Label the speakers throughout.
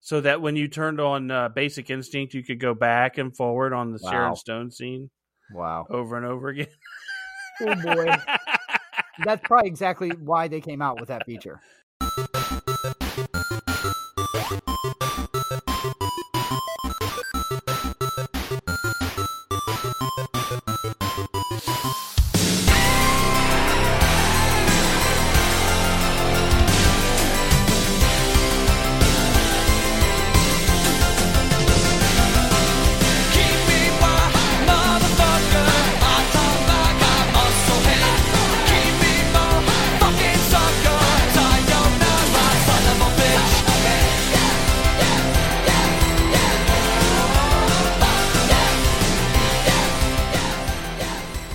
Speaker 1: so that when you turned on uh, Basic Instinct, you could go back and forward on the
Speaker 2: Wow.
Speaker 1: Sharon Stone scene
Speaker 2: Wow.
Speaker 1: over and over again.
Speaker 3: Oh boy. That's probably exactly why they came out with that feature.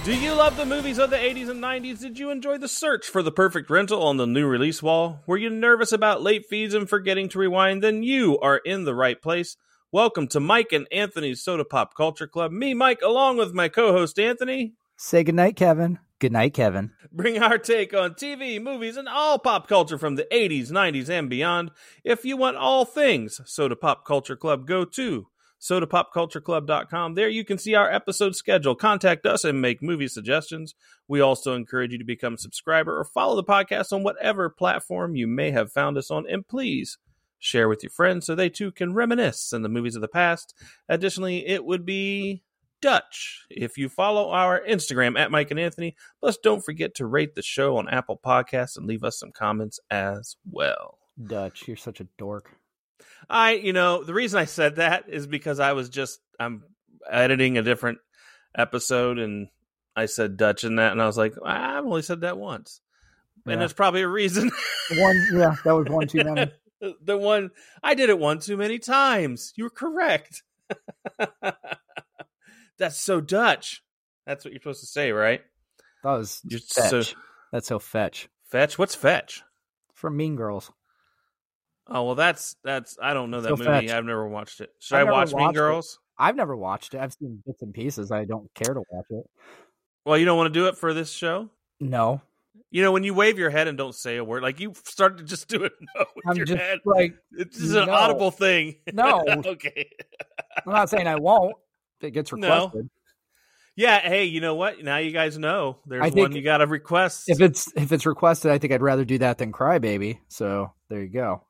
Speaker 1: Do you love the movies of the 80s and 90s? Did you enjoy the search for the perfect rental on the new release wall? Were you nervous about late fees and forgetting to rewind? Then you are in the right place. Welcome to Mike and Anthony's Soda Pop Culture Club. Me, Mike, along with my co host, Anthony,
Speaker 3: Say goodnight, Kevin. Good night, Kevin.
Speaker 1: Bring our take on TV, movies, and all pop culture from the 80s, 90s, and beyond. If you want all things Soda Pop Culture Club, go to sodapopcultureclub.com. There you can see our episode schedule, contact us, and make movie suggestions. We also encourage you to become a subscriber or follow the podcast on whatever platform you may have found us on. And please share with your friends so they too can reminisce in the movies of the past. Additionally, it would be Dutch if you follow our Instagram at Mike and Anthony. Plus, don't forget to rate the show on Apple Podcasts and leave us some comments as well.
Speaker 3: Dutch, you're such a dork.
Speaker 1: I, you know, the reason I said that is because I was just I'm editing a different episode and I said Dutch in that, and I was like, I've only said that once, and
Speaker 3: Yeah.
Speaker 1: there's probably a reason.
Speaker 3: One, yeah, that was one too many.
Speaker 1: the one I did it one too many times. You're correct. That's so Dutch. That's what you're supposed to say, right?
Speaker 3: That was
Speaker 1: You're so
Speaker 3: fetch. That's so fetch
Speaker 1: fetch. What's fetch?
Speaker 3: from Mean Girls.
Speaker 1: Oh well, that's that's I don't know that
Speaker 3: So
Speaker 1: movie.
Speaker 3: fetch.
Speaker 1: I've never watched it. Should
Speaker 3: I've
Speaker 1: i
Speaker 3: never
Speaker 1: watch Mean
Speaker 3: watched it.
Speaker 1: Girls?
Speaker 3: I've never watched it. I've seen bits and pieces. I don't care to watch it.
Speaker 1: Well, you don't want to do it for this show.
Speaker 3: No,
Speaker 1: You know, when you wave your head and don't say a word, like you started to just do it no with
Speaker 3: I'm
Speaker 1: your
Speaker 3: just
Speaker 1: head.
Speaker 3: like
Speaker 1: It's just an
Speaker 3: no.
Speaker 1: audible thing.
Speaker 3: No.
Speaker 1: okay.
Speaker 3: I'm not saying I won't. If it gets
Speaker 1: No.
Speaker 3: requested.
Speaker 1: Yeah. Hey, you know what? Now you guys know. There's
Speaker 3: I
Speaker 1: one
Speaker 3: think-
Speaker 1: you got to request.
Speaker 3: If it's if it's requested, I think I'd rather do that than Crybaby. So there you go.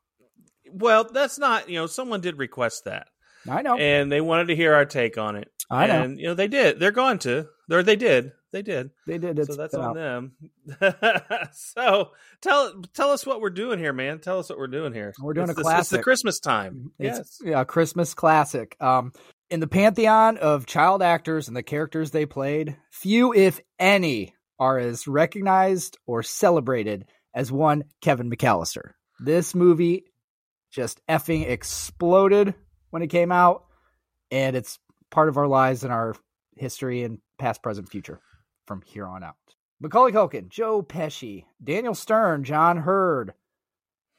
Speaker 1: well, that's not. You know, someone did request that,
Speaker 3: I know.
Speaker 1: and they wanted to hear our take on it.
Speaker 3: I know.
Speaker 1: And you know, they did. They're going to. Or they did. They did.
Speaker 3: They did. It's
Speaker 1: so that's
Speaker 3: been
Speaker 1: on
Speaker 3: out.
Speaker 1: them. so tell tell us what we're doing here, man. Tell us what we're doing here.
Speaker 3: We're doing
Speaker 1: it's
Speaker 3: a
Speaker 1: the, It's the
Speaker 3: classic. Mm-hmm.
Speaker 1: Christmas time.
Speaker 3: It's
Speaker 1: yes.
Speaker 3: yeah, a Christmas classic. Um, in the pantheon of child actors and the characters they played, few, if any, are as recognized or celebrated as one Kevin McAllister. This movie just effing exploded when it came out, and it's part of our lives and our history and past, present, future from here on out. Macaulay Culkin, Joe Pesci, Daniel Stern, John Hurd,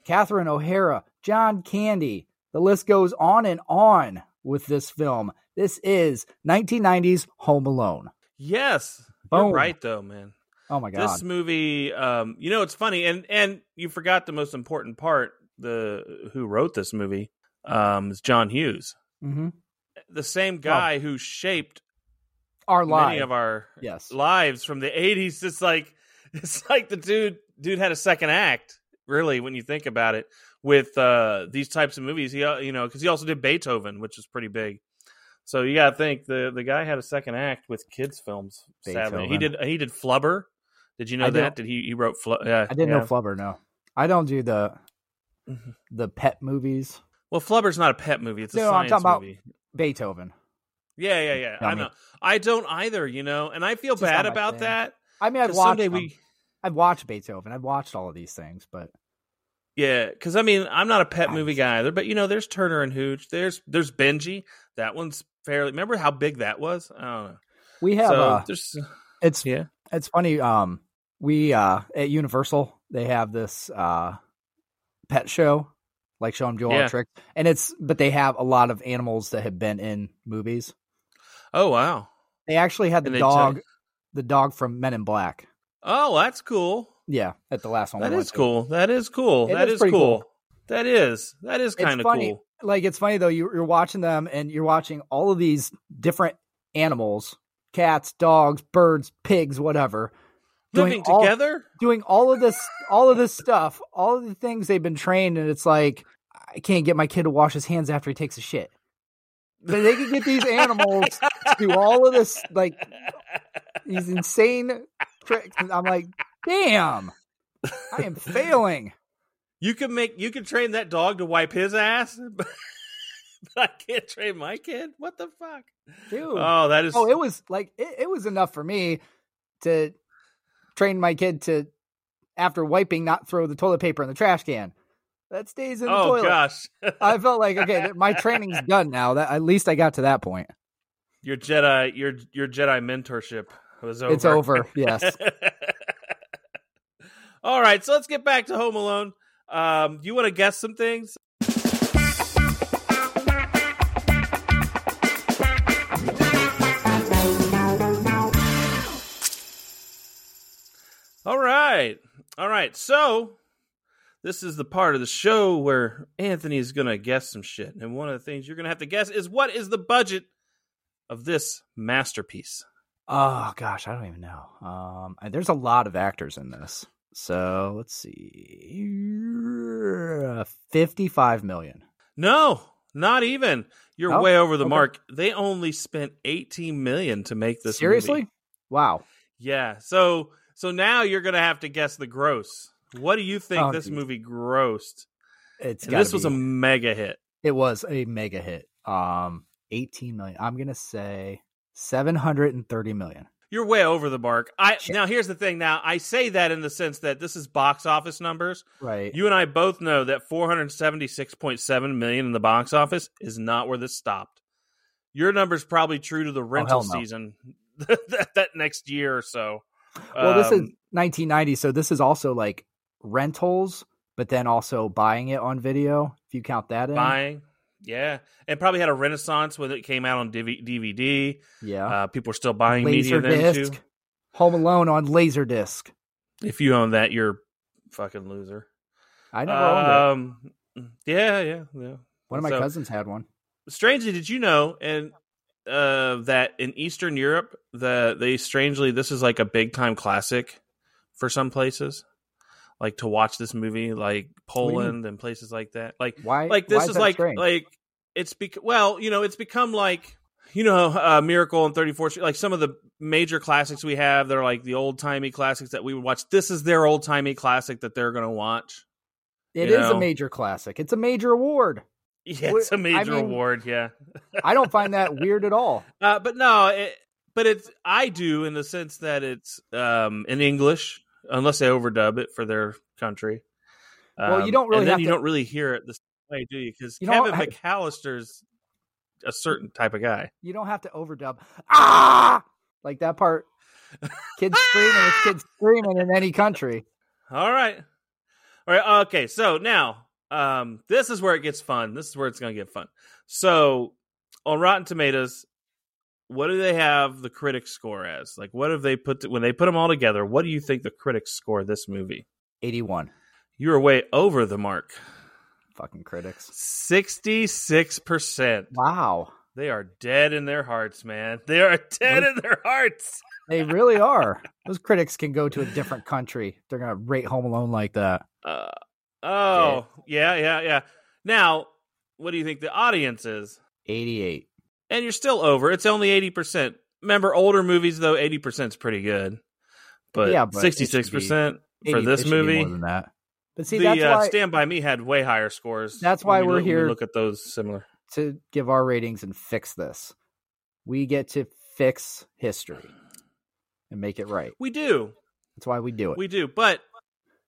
Speaker 3: Catherine O'Hara, John Candy. The list goes on and on with this film. This is 1990s Home Alone.
Speaker 1: Yes.
Speaker 3: Boom.
Speaker 1: You're right though, man.
Speaker 3: Oh my God.
Speaker 1: This movie, um, you know, it's funny, and and you forgot the most important part. The who wrote this movie um, is John Hughes,
Speaker 3: hmm
Speaker 1: the
Speaker 3: Oh.
Speaker 1: same guy who shaped
Speaker 3: Our
Speaker 1: many
Speaker 3: lives.
Speaker 1: of our
Speaker 3: yes.
Speaker 1: lives from the '80s. It's like it's like the dude dude had a second act, really, when you think about it. With uh, these types of movies, he uh, you know because he also did Beethoven, which is pretty big. So you got to think the the guy had a second act with kids films. Sadly, he
Speaker 3: Beethoven.
Speaker 1: did he did Flubber. Did you know
Speaker 3: I
Speaker 1: that? Did he he wrote Flubber? Yeah,
Speaker 3: I didn't
Speaker 1: yeah.
Speaker 3: know Flubber, no. I don't do the
Speaker 1: Mhm.
Speaker 3: the pet movies.
Speaker 1: Well, Flubber's not a pet movie; it's a
Speaker 3: No, I'm
Speaker 1: science
Speaker 3: talking about-
Speaker 1: movie.
Speaker 3: Beethoven.
Speaker 1: Yeah, yeah, yeah.
Speaker 3: Tell
Speaker 1: I
Speaker 3: me.
Speaker 1: know. I don't either. You know, and I feel
Speaker 3: It's just
Speaker 1: bad
Speaker 3: not my
Speaker 1: about
Speaker 3: thing.
Speaker 1: that.
Speaker 3: I mean, I've
Speaker 1: 'cause
Speaker 3: watched,
Speaker 1: someday
Speaker 3: them.
Speaker 1: we
Speaker 3: I've watched Beethoven. I've watched all of these things, but
Speaker 1: Yeah, because I mean, I'm not a pet
Speaker 3: I
Speaker 1: movie guy either, but you know, there's Turner and Hooch. There's there's Benji. That one's fairly. Remember how big that was? I don't know.
Speaker 3: we have.
Speaker 1: so
Speaker 3: uh,
Speaker 1: there's
Speaker 3: it's
Speaker 1: yeah.
Speaker 3: it's funny um we uh at universal they have this uh pet show like show them do all
Speaker 1: Yeah.
Speaker 3: the tricks and it's but they have a lot of animals that have been in movies
Speaker 1: Oh wow.
Speaker 3: they actually had the
Speaker 1: And they
Speaker 3: dog
Speaker 1: took-
Speaker 3: the dog from men in black
Speaker 1: Oh, that's cool.
Speaker 3: yeah at the last one we
Speaker 1: That
Speaker 3: went
Speaker 1: is
Speaker 3: to.
Speaker 1: cool. That is cool.
Speaker 3: It
Speaker 1: That
Speaker 3: is
Speaker 1: is
Speaker 3: pretty
Speaker 1: cool.
Speaker 3: cool.
Speaker 1: That is that is
Speaker 3: it's
Speaker 1: kind of
Speaker 3: funny
Speaker 1: cool.
Speaker 3: like it's funny though you, you're watching them and you're watching all of these different animals cats dogs birds pigs whatever
Speaker 1: Living
Speaker 3: all-
Speaker 1: together?
Speaker 3: doing all of this all of this stuff all of the things they've been trained and it's like i can't get my kid to wash his hands after he takes a shit but they can get these animals to do all of this like these insane tricks and i'm like damn i am failing
Speaker 1: You can make you can train that dog to wipe his ass, but I can't train my kid. What the fuck?
Speaker 3: dude
Speaker 1: Oh, that is
Speaker 3: oh it was like it, it was enough for me to train my kid to after wiping not throw the toilet paper in the trash can that stays in the
Speaker 1: oh
Speaker 3: toilet
Speaker 1: gosh,
Speaker 3: I felt like okay, th- my training's done now. That at least I got to that point.
Speaker 1: your Jedi your your Jedi mentorship was over.
Speaker 3: It's over. Yes.
Speaker 1: All right, so let's get back to Home Alone. Um, you want to guess some things? All right. All right. So, this is the part of the show where Anthony is going to guess some shit. And one of the things you're going to have to guess is what is the budget of this masterpiece?
Speaker 3: Oh gosh, I don't even know. Um, I- there's a lot of actors in this, so let's see, fifty-five million.
Speaker 1: No, not even. You're
Speaker 3: No?
Speaker 1: way over the
Speaker 3: Oh, Okay.
Speaker 1: mark. They only spent 18 million to make this.
Speaker 3: Seriously?
Speaker 1: movie.
Speaker 3: Wow.
Speaker 1: Yeah. So so now you're gonna have to guess the gross. What do you think
Speaker 3: Oh,
Speaker 1: this
Speaker 3: geez.
Speaker 1: movie grossed?
Speaker 3: It's
Speaker 1: And this was a
Speaker 3: a
Speaker 1: mega hit.
Speaker 3: it was a mega hit. Um, eighteen million. I'm gonna say seven hundred and thirty million.
Speaker 1: You're way over the mark. I
Speaker 3: Shit.
Speaker 1: now here's the thing. Now I say that in the sense that this is box office numbers.
Speaker 3: Right.
Speaker 1: You and I both know that 476.7 million in the box office is not where this stopped. Your number's probably true to the rental
Speaker 3: Oh, hell no.
Speaker 1: season that, that next year or so.
Speaker 3: well, this is
Speaker 1: Um,
Speaker 3: 1990, so this is also like rentals, but then also buying it on video. If you count that in,
Speaker 1: buying. Yeah, it probably had a renaissance when it came out on DV- DVD.
Speaker 3: yeah.
Speaker 1: Uh, people are still buying media then too.
Speaker 3: Laserdisc. Home Alone on Laserdisc.
Speaker 1: If you own that, you're a fucking loser.
Speaker 3: I never owned it.
Speaker 1: Um, yeah, yeah, yeah.
Speaker 3: One of my
Speaker 1: so-
Speaker 3: cousins had one.
Speaker 1: Strangely, did you know and uh, that in Eastern Europe, the they strangely this is like a big time classic for some places, like to watch this movie, like
Speaker 3: do you mean?
Speaker 1: Poland and places like that. Like
Speaker 3: Why?
Speaker 1: like
Speaker 3: why
Speaker 1: this
Speaker 3: is,
Speaker 1: is
Speaker 3: that
Speaker 1: like
Speaker 3: strange?
Speaker 1: like it's bec- well you know it's become like you know uh, miracle and 34th Street, like some of the major classics we have they're like the old timey classics that we would watch this is their old timey classic that they're gonna watch
Speaker 3: It
Speaker 1: you
Speaker 3: is
Speaker 1: know.
Speaker 3: a major classic. It's a major award.
Speaker 1: yeah
Speaker 3: Well,
Speaker 1: it's a major
Speaker 3: mean-
Speaker 1: award yeah
Speaker 3: I don't find that weird at all.
Speaker 1: uh, but no it, but it's i do in the sense that it's um in english unless they overdub it for their country
Speaker 3: Well, you
Speaker 1: Um,
Speaker 3: don't really
Speaker 1: and then
Speaker 3: have
Speaker 1: you
Speaker 3: to-
Speaker 1: don't really hear it the same way do you because
Speaker 3: You know,
Speaker 1: kevin
Speaker 3: I-
Speaker 1: mcallister's a certain type of guy
Speaker 3: You don't have to overdub. Ah, like that part. Kids screaming. It's kids screaming in any country.
Speaker 1: All right. All right. uh, Okay. So now, um, this is where it gets fun. This is where it's going to get fun. So on Rotten Tomatoes, what do they have the critics score as? Like, what have they put when they put them all together? What do you think the critics score this movie?
Speaker 3: Eighty-one.
Speaker 1: You are way over the mark.
Speaker 3: Fucking critics.
Speaker 1: 66%.
Speaker 3: Wow,
Speaker 1: They are dead in their hearts, man. They are dead in their hearts.
Speaker 3: they really are. Those critics can go to a different country. They're gonna rate Home Alone like that.
Speaker 1: Uh, oh, yeah, yeah, yeah. Now, what do you think the audience is?
Speaker 3: Eighty-eight.
Speaker 1: and you're still over. It's only eighty percent. Remember, older movies though, eighty percent is pretty good,
Speaker 3: Yeah,
Speaker 1: but
Speaker 3: but it should
Speaker 1: sixty
Speaker 3: be
Speaker 1: six percent for
Speaker 3: 80 it
Speaker 1: this
Speaker 3: should be
Speaker 1: movie.
Speaker 3: more than that. But see,
Speaker 1: the
Speaker 3: that's
Speaker 1: uh,
Speaker 3: why
Speaker 1: Stand by Me had way higher scores.
Speaker 3: That's
Speaker 1: when
Speaker 3: why
Speaker 1: we
Speaker 3: we're
Speaker 1: look- when we
Speaker 3: here.
Speaker 1: Look at those similar.
Speaker 3: to give our ratings and fix this. We get to fix history and make it right.
Speaker 1: We do,
Speaker 3: That's why we do it.
Speaker 1: we do. But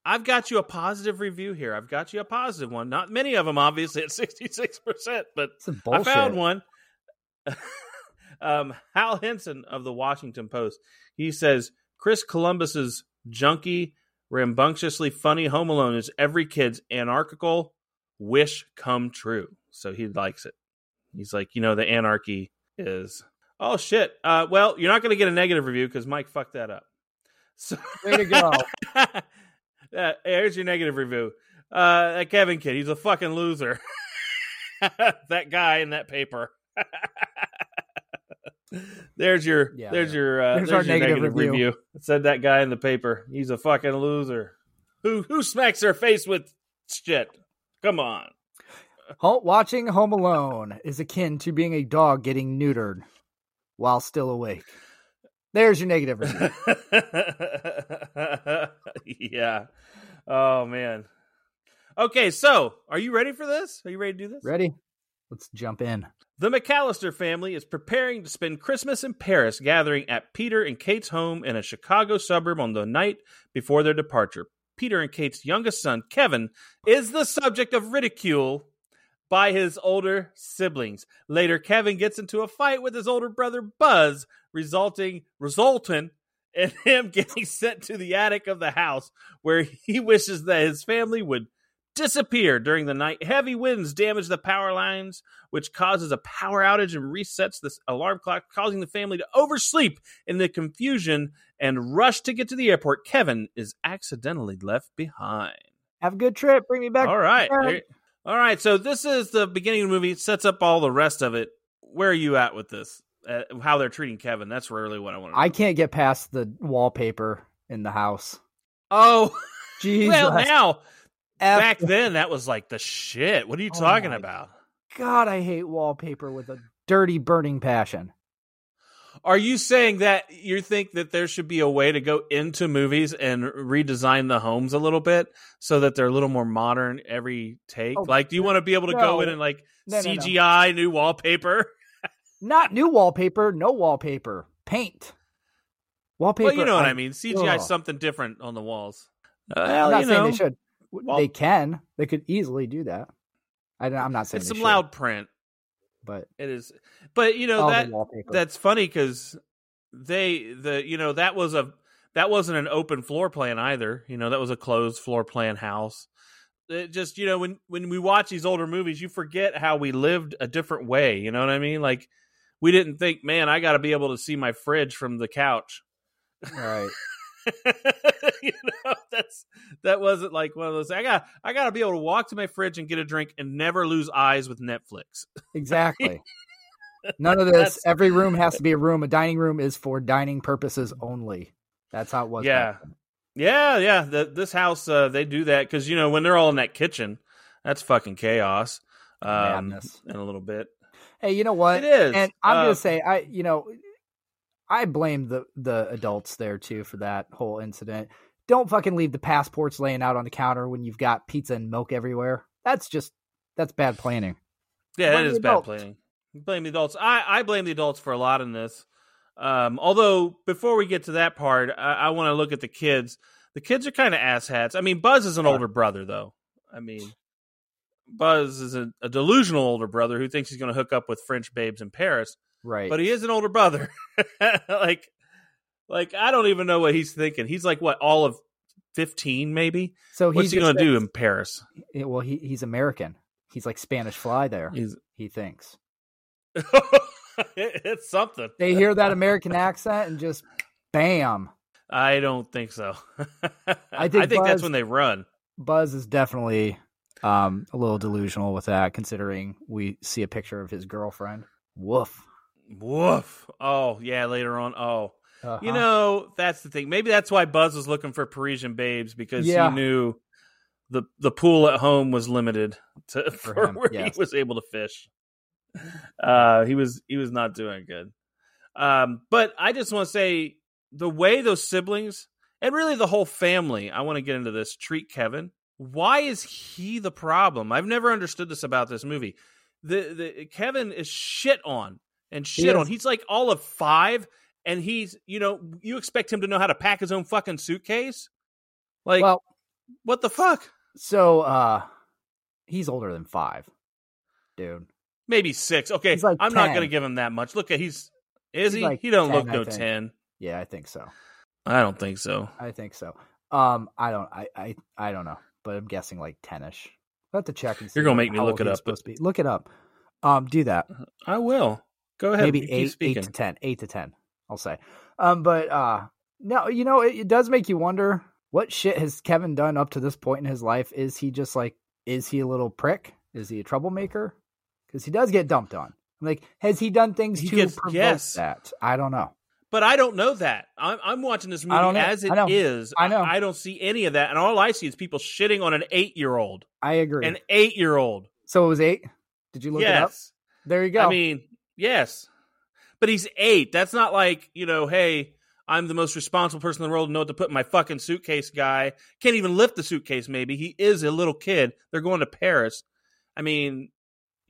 Speaker 1: I've got you a positive review here. I've got you a positive one. Not many of them, obviously, at sixty six percent, but
Speaker 3: This is bullshit.
Speaker 1: I found one. um, Hal Henson of the Washington Post. He says Chris Columbus's junky, rambunctiously funny Home Alone is every kid's anarchical wish come true. So he likes it. He's like, you know, the anarchy is. Oh shit. Uh, well, you're not going to get a negative review because Mike fucked that up. So
Speaker 3: Way to go.
Speaker 1: uh, here's your negative review. Uh, that Kevin kid, he's a fucking loser. that guy in that paper. there's your
Speaker 3: Yeah.
Speaker 1: there's your uh,
Speaker 3: There's
Speaker 1: there's,
Speaker 3: our
Speaker 1: your
Speaker 3: negative
Speaker 1: negative,
Speaker 3: review.
Speaker 1: review. It said that guy in the paper. He's a fucking loser. Who who smacks their face with shit? Come on.
Speaker 3: Ho- watching Home Alone is akin to being a dog getting neutered while still awake. There's your negative. review.
Speaker 1: yeah. Oh man. Okay, so are you ready for this? Are you ready to do this?
Speaker 3: Ready? Let's jump in.
Speaker 1: The McAllister family is preparing to spend Christmas in Paris, gathering at Peter and Kate's home in a Chicago suburb on the night before their departure. Peter and Kate's youngest son, Kevin, is the subject of ridicule by his older siblings. Later, Kevin gets into a fight with his older brother, Buzz, resulting resultant in him getting sent to the attic of the house, where he wishes that his family would disappear during the night. Heavy winds damage the power lines which causes a power outage and resets this alarm clock, causing the family to oversleep in the confusion and rush to get to the airport. Kevin is accidentally left behind.
Speaker 3: Have a good trip. Bring me back.
Speaker 1: All right.
Speaker 3: Kevin.
Speaker 1: There- All right. So this is the beginning of the movie. It sets up all the rest of it. Where are you at with this? Uh, how they're treating Kevin? That's really what I want to know.
Speaker 3: I can't get past the wallpaper in the house.
Speaker 1: oh,
Speaker 3: Jesus.
Speaker 1: well, now,
Speaker 3: F-
Speaker 1: back then, that was like the shit. What are you
Speaker 3: Oh
Speaker 1: talking
Speaker 3: my
Speaker 1: about?
Speaker 3: God, I hate wallpaper with a dirty, burning passion.
Speaker 1: Are you saying that you think that there should be a way to go into movies and redesign the homes a little bit so that they're a little more modern every take?
Speaker 3: Oh,
Speaker 1: like, do you want to be able to
Speaker 3: no.
Speaker 1: go in and like
Speaker 3: No, no, no.
Speaker 1: CGI new wallpaper?
Speaker 3: Not new wallpaper, no wallpaper. Paint. Wallpaper.
Speaker 1: well, you know what I
Speaker 3: I'm-
Speaker 1: mean. CGI
Speaker 3: Ugh.
Speaker 1: something different on the walls.
Speaker 3: I'm
Speaker 1: Well,
Speaker 3: not
Speaker 1: you
Speaker 3: saying
Speaker 1: know,
Speaker 3: they should. W-
Speaker 1: Wall-
Speaker 3: they can. They could easily do that. I, don't- I'm not saying
Speaker 1: it's
Speaker 3: they
Speaker 1: some
Speaker 3: should,
Speaker 1: loud print.
Speaker 3: but
Speaker 1: It is, but you know
Speaker 3: all
Speaker 1: that
Speaker 3: the wallpaper.
Speaker 1: that's funny because they the you know that was a that wasn't an open floor plan either you know that was a closed floor plan house it just you know when when we watch these older movies you forget how we lived a different way you know what i mean like we didn't think man i got to be able to see my fridge from the couch
Speaker 3: right.
Speaker 1: you know that's that wasn't like one of those i got i got to be able to walk to my fridge and get a drink and never lose eyes with netflix
Speaker 3: Exactly. None of this.
Speaker 1: That's-
Speaker 3: Every room has to be a room. A dining room is for dining purposes only. That's how it was.
Speaker 1: Yeah.
Speaker 3: back then.
Speaker 1: Yeah, yeah. The, this house, uh, they do that because you know when they're all in that kitchen, that's fucking chaos. Um,
Speaker 3: Madness.
Speaker 1: in a little bit,
Speaker 3: Hey, you know what?
Speaker 1: it is.
Speaker 3: And I'm
Speaker 1: Uh,
Speaker 3: gonna say, I you know, I blame the the adults there too for that whole incident. Don't fucking leave the passports laying out on the counter when you've got pizza and milk everywhere. That's just that's bad planning.
Speaker 1: yeah,
Speaker 3: blame
Speaker 1: it
Speaker 3: the
Speaker 1: is bad
Speaker 3: adults.
Speaker 1: planning. Blame the adults. I I blame the adults for a lot in this. Um, although before we get to that part, I, I want to look at the kids. The kids are kind of asshats. I mean, Buzz is an
Speaker 3: Yeah.
Speaker 1: older brother, though. I mean, Buzz is a, a delusional older brother who thinks he's going to hook up with French babes in Paris.
Speaker 3: Right.
Speaker 1: but he is an older brother. like, like I don't even know what he's thinking. He's like what all of fifteen, maybe.
Speaker 3: so
Speaker 1: What's
Speaker 3: Oh, he's
Speaker 1: he going to do in Paris?
Speaker 3: do? eh, Well, he he's American. He's like Spanish fly there.
Speaker 1: He's
Speaker 3: He thinks
Speaker 1: it's something.
Speaker 3: they hear that American accent and just bam.
Speaker 1: I don't think so. I
Speaker 3: think
Speaker 1: think, that's
Speaker 3: Buzz-
Speaker 1: when they run.
Speaker 3: Buzz is definitely um, a little delusional with that, considering we see a picture of his girlfriend. Woof.
Speaker 1: Woof. Oh yeah, later on. Oh, you
Speaker 3: Uh-huh.
Speaker 1: know that's the thing. Maybe that's why Buzz was looking for Parisian babes because
Speaker 3: Yeah.
Speaker 1: he knew the the pool at home was limited to for,
Speaker 3: him,
Speaker 1: where
Speaker 3: yes.
Speaker 1: he was able to fish. Uh, he was he was not doing good. Um, but I just want to say the way those siblings and really the whole family. I want to get into this. Treat Kevin. Why is he the problem? I've never understood this about this movie. The the Kevin is shit on and shit on.
Speaker 3: is.
Speaker 1: He's like all of five, and he's you know you expect him to know how to pack his own fucking suitcase. Like
Speaker 3: well,
Speaker 1: what the fuck?
Speaker 3: So uh he's older than five, dude.
Speaker 1: Maybe six. Okay,
Speaker 3: He's like
Speaker 1: I'm not
Speaker 3: 10.
Speaker 1: gonna give him that much. Look at he's is
Speaker 3: He's
Speaker 1: he?
Speaker 3: like
Speaker 1: he don't
Speaker 3: 10,
Speaker 1: look
Speaker 3: I
Speaker 1: no
Speaker 3: think.
Speaker 1: ten.
Speaker 3: Yeah, I think so.
Speaker 1: I don't think so.
Speaker 3: I think so. Um I don't I I, I don't know, but I'm guessing like ten ish. We'll have to check and see.
Speaker 1: You're gonna
Speaker 3: what-
Speaker 1: make me
Speaker 3: how
Speaker 1: look
Speaker 3: old
Speaker 1: it
Speaker 3: he's
Speaker 1: up.
Speaker 3: Supposed to be. Look it up. Um do that.
Speaker 1: I will. Go ahead. you
Speaker 3: Maybe
Speaker 1: keep
Speaker 3: eight eight
Speaker 1: speaking.
Speaker 3: to ten. Eight to ten, I'll say. Um but uh no, you know, it, it does make you wonder what shit has Kevin done up to this point in his life? Is he just like is he a little prick? Is he a troublemaker? because he does get dumped on. I'm like, has he done things
Speaker 1: He
Speaker 3: to
Speaker 1: gets-
Speaker 3: provoke
Speaker 1: yes.
Speaker 3: that? I don't know.
Speaker 1: But I don't know that. I'm, I'm watching this
Speaker 3: don't
Speaker 1: movie
Speaker 3: know.
Speaker 1: as it
Speaker 3: I know.
Speaker 1: is.
Speaker 3: I know.
Speaker 1: I, don't see any of that, and all I see is people shitting on an eight year old.
Speaker 3: I agree.
Speaker 1: An eight year old.
Speaker 3: so it was eight. Did you look it up?
Speaker 1: Yes.
Speaker 3: There you go.
Speaker 1: I mean, yes. But he's eight. That's not like you know, hey, I'm the most responsible person in the world to know what to put in my fucking suitcase. Guy can't even lift the suitcase. Maybe he is a little kid. They're going to Paris. I mean.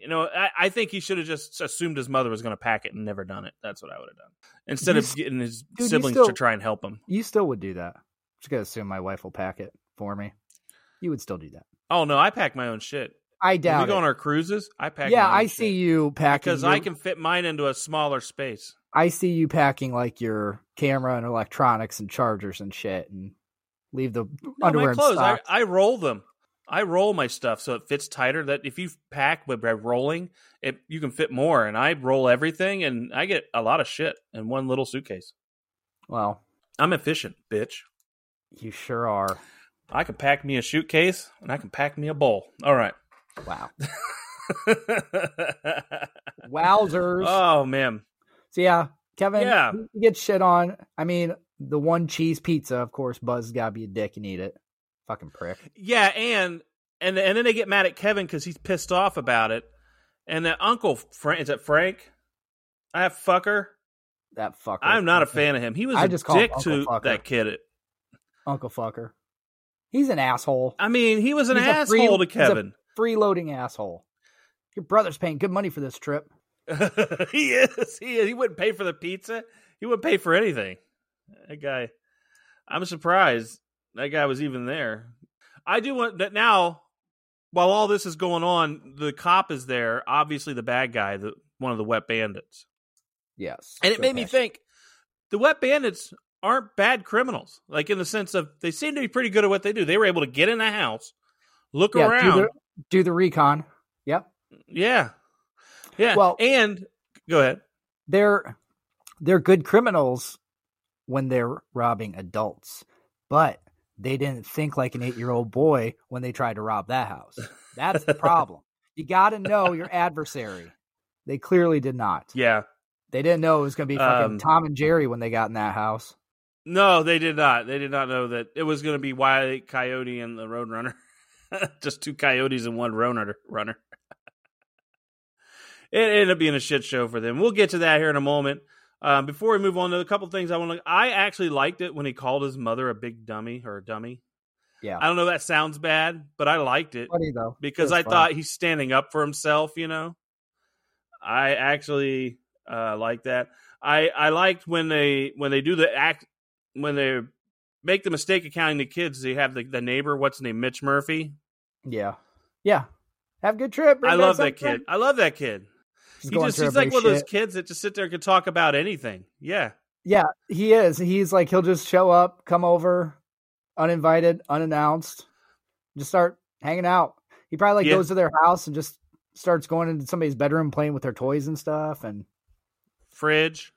Speaker 1: You know, I, I think he should have just assumed his mother was going to pack it and never done it. That's what I would have done instead
Speaker 3: You
Speaker 1: of
Speaker 3: s-
Speaker 1: getting his
Speaker 3: you
Speaker 1: siblings to
Speaker 3: still-
Speaker 1: try and help him.
Speaker 3: you still would do that. Just gonna assume my wife will pack it for me. You would still do that.
Speaker 1: Oh no, I pack my own shit.
Speaker 3: I
Speaker 1: When
Speaker 3: doubt
Speaker 1: we go
Speaker 3: it.
Speaker 1: on our cruises, I pack.
Speaker 3: yeah,
Speaker 1: my own
Speaker 3: I
Speaker 1: shit.
Speaker 3: see you packing.
Speaker 1: because
Speaker 3: your-
Speaker 1: I can fit mine into a smaller space.
Speaker 3: I see you packing like your camera and electronics and chargers and shit, and leave the
Speaker 1: No,
Speaker 3: underwear
Speaker 1: my
Speaker 3: in
Speaker 1: clothes, I,
Speaker 3: stock.
Speaker 1: I roll them. I roll my stuff so it fits tighter. That if you pack with by rolling, it you can fit more. And I roll everything, and I get a lot of shit in one little suitcase.
Speaker 3: Well,
Speaker 1: I'm efficient, bitch.
Speaker 3: you sure are.
Speaker 1: I can pack me a suitcase, and I can pack me a bowl. All right.
Speaker 3: Wow. Wowzers.
Speaker 1: oh man,
Speaker 3: so yeah, Kevin,
Speaker 1: Yeah.
Speaker 3: you get shit on. I mean, the one cheese pizza, of course, Buzz gotta be a dick and eat it. Fucking prick.
Speaker 1: Yeah, and and and then they get mad at Kevin because he's pissed off about it. And that uncle Frank is that Frank? That fucker.
Speaker 3: That fucker.
Speaker 1: I'm not a fan of him. He was
Speaker 3: I
Speaker 1: a
Speaker 3: just call him
Speaker 1: dick
Speaker 3: Uncle
Speaker 1: to
Speaker 3: Fucker.
Speaker 1: that kid.
Speaker 3: Uncle fucker. He's an asshole.
Speaker 1: I mean, he was an
Speaker 3: He's a free-
Speaker 1: asshole to
Speaker 3: he's a-
Speaker 1: Kevin.
Speaker 3: Freeloading asshole. Your brother's paying good money for this trip.
Speaker 1: he is. He is. He wouldn't pay for the pizza. He wouldn't pay for anything. That guy. I'm surprised that guy was even there. I do want that now. While all this is going on, the cop is there. Obviously, the bad guy, the one of the wet bandits.
Speaker 3: Yes.
Speaker 1: And it
Speaker 3: Joe
Speaker 1: made me
Speaker 3: Pesci.
Speaker 1: think the wet bandits aren't bad criminals, like in the sense of they seem to be pretty good at what they do. They were able to get in a house, look
Speaker 3: Yeah, do
Speaker 1: around.
Speaker 3: the- Do the recon.
Speaker 1: yeah. Yeah.
Speaker 3: Well-
Speaker 1: and go ahead.
Speaker 3: They're they're good criminals when they're robbing adults. But they didn't think like an eight year old boy when they tried to rob that house. That's the problem. you gotta know your adversary. They clearly did not.
Speaker 1: Yeah.
Speaker 3: They didn't know it was gonna be fucking
Speaker 1: Um,
Speaker 3: Tom and Jerry when they got in that house.
Speaker 1: No, they did not. They did not know that it was going to be Wile E. Coyote and the Roadrunner. Just two coyotes and one roadrunner. Runner. it ended up being a shit show for them. We'll get to that here in a moment. Um, before we move on, to a couple things I want to. I actually liked it when he called his mother a big dummy or a dummy.
Speaker 3: Yeah.
Speaker 1: I don't know. if That sounds bad, but I liked it
Speaker 3: Funny though.
Speaker 1: because
Speaker 3: It was
Speaker 1: I
Speaker 3: funny.
Speaker 1: thought he's standing up for himself. You know, I actually uh, like that. I I liked when they when they do the act when they make the mistake of counting the kids. They have the, the neighbor. What's his name? Mitch Murphy.
Speaker 3: Yeah. Yeah. Have a good trip. Bring
Speaker 1: I
Speaker 3: back
Speaker 1: love that
Speaker 3: something.
Speaker 1: kid. I love that kid.
Speaker 3: He's,
Speaker 1: he
Speaker 3: going
Speaker 1: just
Speaker 3: through
Speaker 1: he's like one of
Speaker 3: everybody's
Speaker 1: those kids that just sit there and can talk about anything. Yeah.
Speaker 3: shit. Yeah, he is. He's like he'll just show up, come over, uninvited, unannounced, just start hanging out. He probably like
Speaker 1: Yeah.
Speaker 3: goes to their house and just starts going into somebody's bedroom, playing with their toys and stuff, and
Speaker 1: Fridge.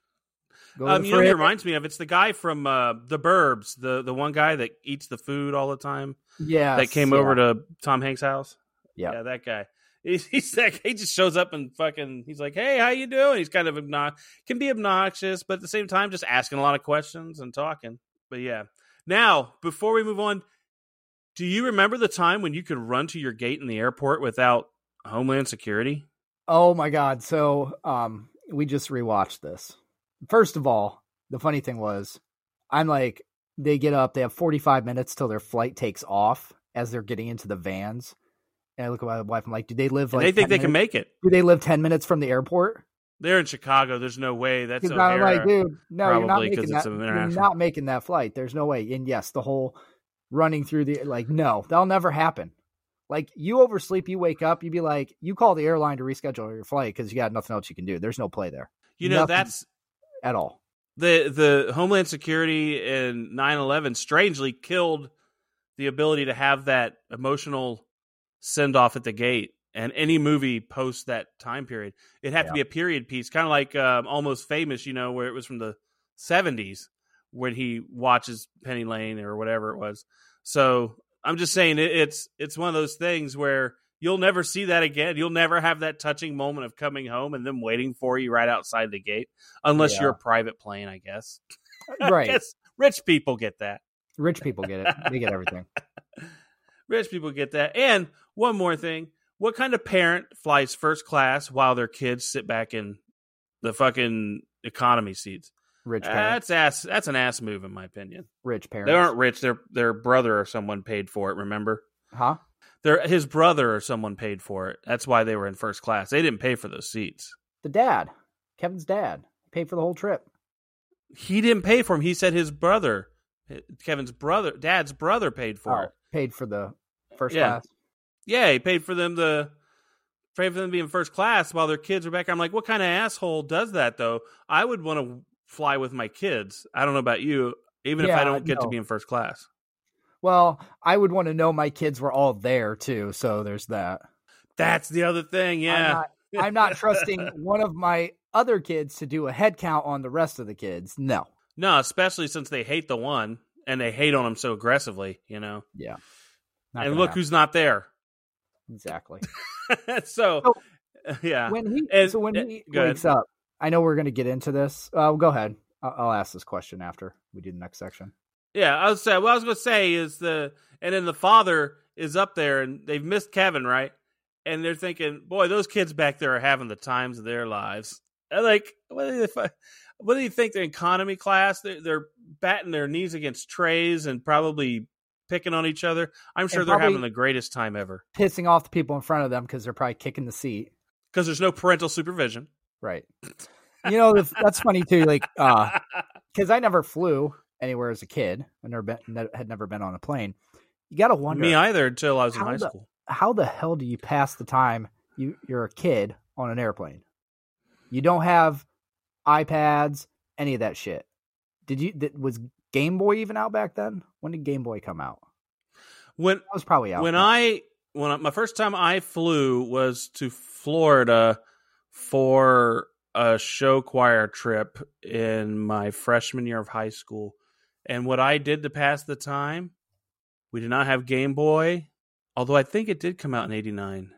Speaker 3: go to
Speaker 1: Um,
Speaker 3: the
Speaker 1: you know, what he
Speaker 3: fridge.
Speaker 1: reminds me of it's the guy from uh, the Burbs, the the one guy that eats the food all the time.
Speaker 3: Yes,
Speaker 1: that came
Speaker 3: yeah.
Speaker 1: over to Tom Hanks' house.
Speaker 3: Yeah.
Speaker 1: yeah, that guy. He's, he's that he just shows up and fucking. He's like, "Hey, how you doing?" He's kind of obnox- can be obnoxious, but at the same time, just asking a lot of questions and talking. But yeah. Now, before we move on, do you remember the time when you could run to your gate in the airport without Homeland Security?
Speaker 3: Oh my god! So um, we just rewatched this. First of all, the funny thing was, I'm like, they get up, they have 45 minutes till their flight takes off as they're getting into the vans, and I look at my wife. I'm like, do they live
Speaker 1: And
Speaker 3: like
Speaker 1: they think
Speaker 3: 10
Speaker 1: they can
Speaker 3: minutes-
Speaker 1: make it.
Speaker 3: Do they live 10 minutes from the airport?
Speaker 1: They're in Chicago. There's no way. That's
Speaker 3: Because I'm like,
Speaker 1: O'Hara.
Speaker 3: dude, no, you're not
Speaker 1: probably 'cause
Speaker 3: making
Speaker 1: it's
Speaker 3: that.
Speaker 1: an
Speaker 3: You're
Speaker 1: international.
Speaker 3: not making that flight. There's no way. And yes, the whole running through the like, no, that'll never happen. Like you oversleep, you wake up, you'd be like, you call the airline to reschedule your flight because you got nothing else you can do. There's no play there
Speaker 1: You know,
Speaker 3: nothing.
Speaker 1: that's
Speaker 3: at all.
Speaker 1: the the Homeland Security and 9/11 strangely killed the ability to have that emotional send off at the gate. And any movie post that time period, it'd have to
Speaker 3: Yeah.
Speaker 1: be a period piece, kind of like um, Almost Famous, you know, where it was from the '70s when he watches Penny Lane or whatever it was. So I'm just saying it, it's it's one of those things where You'll never see that again. You'll never have that touching moment of coming home and them waiting for you right outside the gate, unless
Speaker 3: Yeah.
Speaker 1: you're a private plane, I guess. I
Speaker 3: Uh, Right.
Speaker 1: guess rich people get that.
Speaker 3: Rich people get it. They get everything.
Speaker 1: Rich people get that. And one more thing what kind of parent flies first class while their kids sit back in the fucking economy seats?
Speaker 3: Rich parents.
Speaker 1: That's ass. That's an ass move, in my opinion.
Speaker 3: Rich parents.
Speaker 1: They aren't rich. Their their brother or someone paid for it. Remember,
Speaker 3: Huh?
Speaker 1: their his brother or someone paid for it. That's why they were in first class. They didn't pay for those seats.
Speaker 3: The dad. Kevin's dad. Paid for the whole trip.
Speaker 1: He didn't pay for them. He said his brother, Kevin's brother, dad's brother, paid for
Speaker 3: Oh,
Speaker 1: it.
Speaker 3: paid for the first
Speaker 1: Yeah.
Speaker 3: class.
Speaker 1: yeah, he paid for them to paid for them to be in first class while their kids are back. I'm like, what kind of asshole does that though? I would want to fly with my kids. I don't know about you, even if I
Speaker 3: Yeah,
Speaker 1: don't get to
Speaker 3: no.
Speaker 1: be in first class.
Speaker 3: Well, I would want to know my kids were all there too. So there's that.
Speaker 1: That's the other thing.
Speaker 3: I'm
Speaker 1: Yeah.
Speaker 3: not, I'm not trusting one of my other kids to do a head count on the rest of the kids. No.
Speaker 1: No, especially since they hate the one and they hate on him so aggressively, you know.
Speaker 3: Not
Speaker 1: and
Speaker 3: gonna
Speaker 1: look
Speaker 3: happen.
Speaker 1: who's not there.
Speaker 3: exactly
Speaker 1: so, yeah.
Speaker 3: when he
Speaker 1: And-
Speaker 3: so when
Speaker 1: and-
Speaker 3: he
Speaker 1: go ahead.
Speaker 3: wakes up. I know we're going to get into this. Uh, go ahead. I'll, I'll ask this question after we do the next section.
Speaker 1: Yeah, I was say what I was gonna say is the and then the father is up there and they've missed Kevin, right? And they're thinking, boy, those kids back there are having the times of their lives. I'm like, what do they? fi- What do you think? They're in economy class. They're, they're batting their knees against trays and probably picking on each other. I'm sure they're
Speaker 3: probably-
Speaker 1: having the greatest time ever
Speaker 3: Pissing off the people in front of them because they're probably kicking the seat.
Speaker 1: because there's no parental supervision.
Speaker 3: Right. You know that's- that's funny too. Like, because I never flew anywhere as a kid. I never been ne- had never been on a plane. You got to wonder
Speaker 1: Me either until I was in
Speaker 3: How
Speaker 1: high
Speaker 3: the-
Speaker 1: school.
Speaker 3: how the hell do you pass the time you you're a kid on an airplane? You don't have iPads, any of that shit. Did you? That was Game Boy even out back then? When did Game Boy come out?
Speaker 1: When
Speaker 3: That was probably out.
Speaker 1: when
Speaker 3: then.
Speaker 1: I when I, my first time I flew was to Florida for a show choir trip in my freshman year of high school, and what I did to pass the time, we did not have Game Boy, although I think it did come out in '89.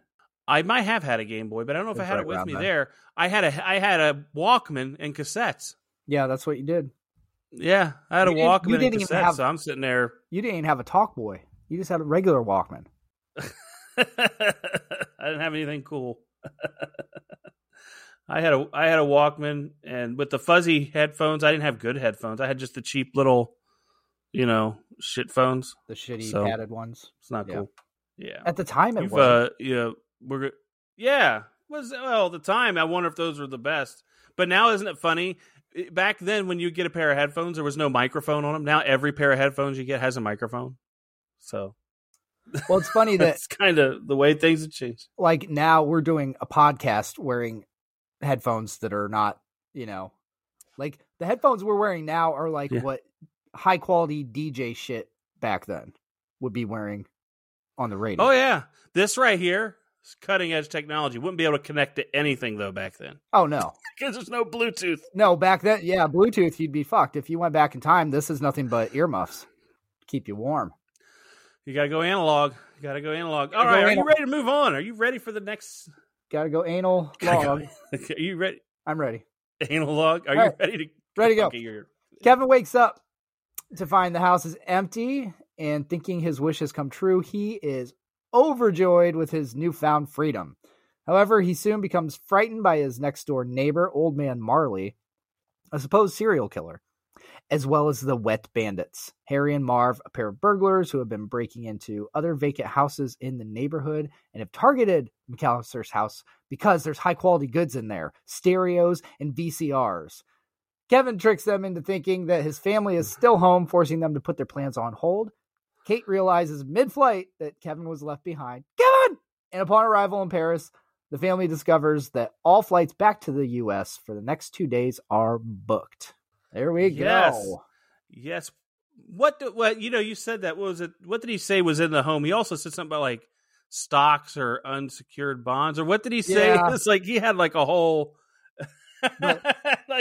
Speaker 1: I might have had a Game Boy, but I don't know if
Speaker 3: It
Speaker 1: I
Speaker 3: was
Speaker 1: had
Speaker 3: right
Speaker 1: it with
Speaker 3: around
Speaker 1: me
Speaker 3: then.
Speaker 1: there. I had a I had a Walkman and cassettes.
Speaker 3: yeah, that's what you did.
Speaker 1: Yeah, I had a
Speaker 3: You didn't-
Speaker 1: Walkman
Speaker 3: you
Speaker 1: and
Speaker 3: didn't even
Speaker 1: cassettes.
Speaker 3: have-
Speaker 1: so I'm sitting there
Speaker 3: You didn't even have a Talk Boy. You just had a regular Walkman.
Speaker 1: I didn't have anything cool. I had a I had a Walkman and with the fuzzy headphones, I didn't have good headphones. I had just the cheap little, you know, shit phones.
Speaker 3: The shitty
Speaker 1: So-
Speaker 3: padded ones.
Speaker 1: It's not
Speaker 3: Yeah.
Speaker 1: cool. Yeah.
Speaker 3: At the time, it
Speaker 1: You've,
Speaker 3: was.
Speaker 1: uh, yeah, we're go- yeah. Was well at the time. I wonder if those were the best. But now, isn't it funny? It- Back then, when you get a pair of headphones, there was no microphone on them. Now every pair of headphones you get has a microphone. So uh,
Speaker 3: Well, it's funny that
Speaker 1: that's kind of the way things have changed.
Speaker 3: like now we're doing a podcast wearing headphones that are not, you know, like the headphones we're wearing now are like
Speaker 1: Yeah.
Speaker 3: what high quality DJ shit back then would be wearing on the radio.
Speaker 1: Oh yeah, this right here is cutting edge technology. Wouldn't be able to connect to anything though back then
Speaker 3: Oh, no.
Speaker 1: because there's no Bluetooth.
Speaker 3: No, back then, yeah, Bluetooth, you'd be fucked. If you went back in time, this is nothing but earmuffs. Keep you warm.
Speaker 1: You gotta go analog. You gotta go analog. All
Speaker 3: Gotta go
Speaker 1: right, are you
Speaker 3: analog.
Speaker 1: ready to move on? Are you ready for the next?
Speaker 3: Gotta go anal
Speaker 1: Gotta go-
Speaker 3: log.
Speaker 1: are you ready?
Speaker 3: I'm ready.
Speaker 1: Analog. Are you
Speaker 3: All right.
Speaker 1: ready to
Speaker 3: Ready to go.
Speaker 1: Okay, you're-
Speaker 3: Kevin wakes up to find the house is empty and thinking his wish has come true, he is overjoyed with his newfound freedom. However, he soon becomes frightened by his next door neighbor, Old Man Marley, a supposed serial killer, as well as the wet bandits, Harry and Marv, a pair of burglars who have been breaking into other vacant houses in the neighborhood and have targeted McAllister's house because there's high quality goods in there stereos and VCRs. Kevin tricks them into thinking that his family is still home, forcing them to put their plans on hold. Kate realizes mid flight that Kevin was left behind. Kevin! And upon arrival in Paris, the family discovers that all flights back to the US for the next two days are booked. There we
Speaker 1: Yes.
Speaker 3: go.
Speaker 1: Yes. What? Do, what? You know, you said that. What was it? What did he say was in the home? He also said something about like stocks or unsecured bonds or what did he say?
Speaker 3: Yeah.
Speaker 1: It's like he had like a whole. like,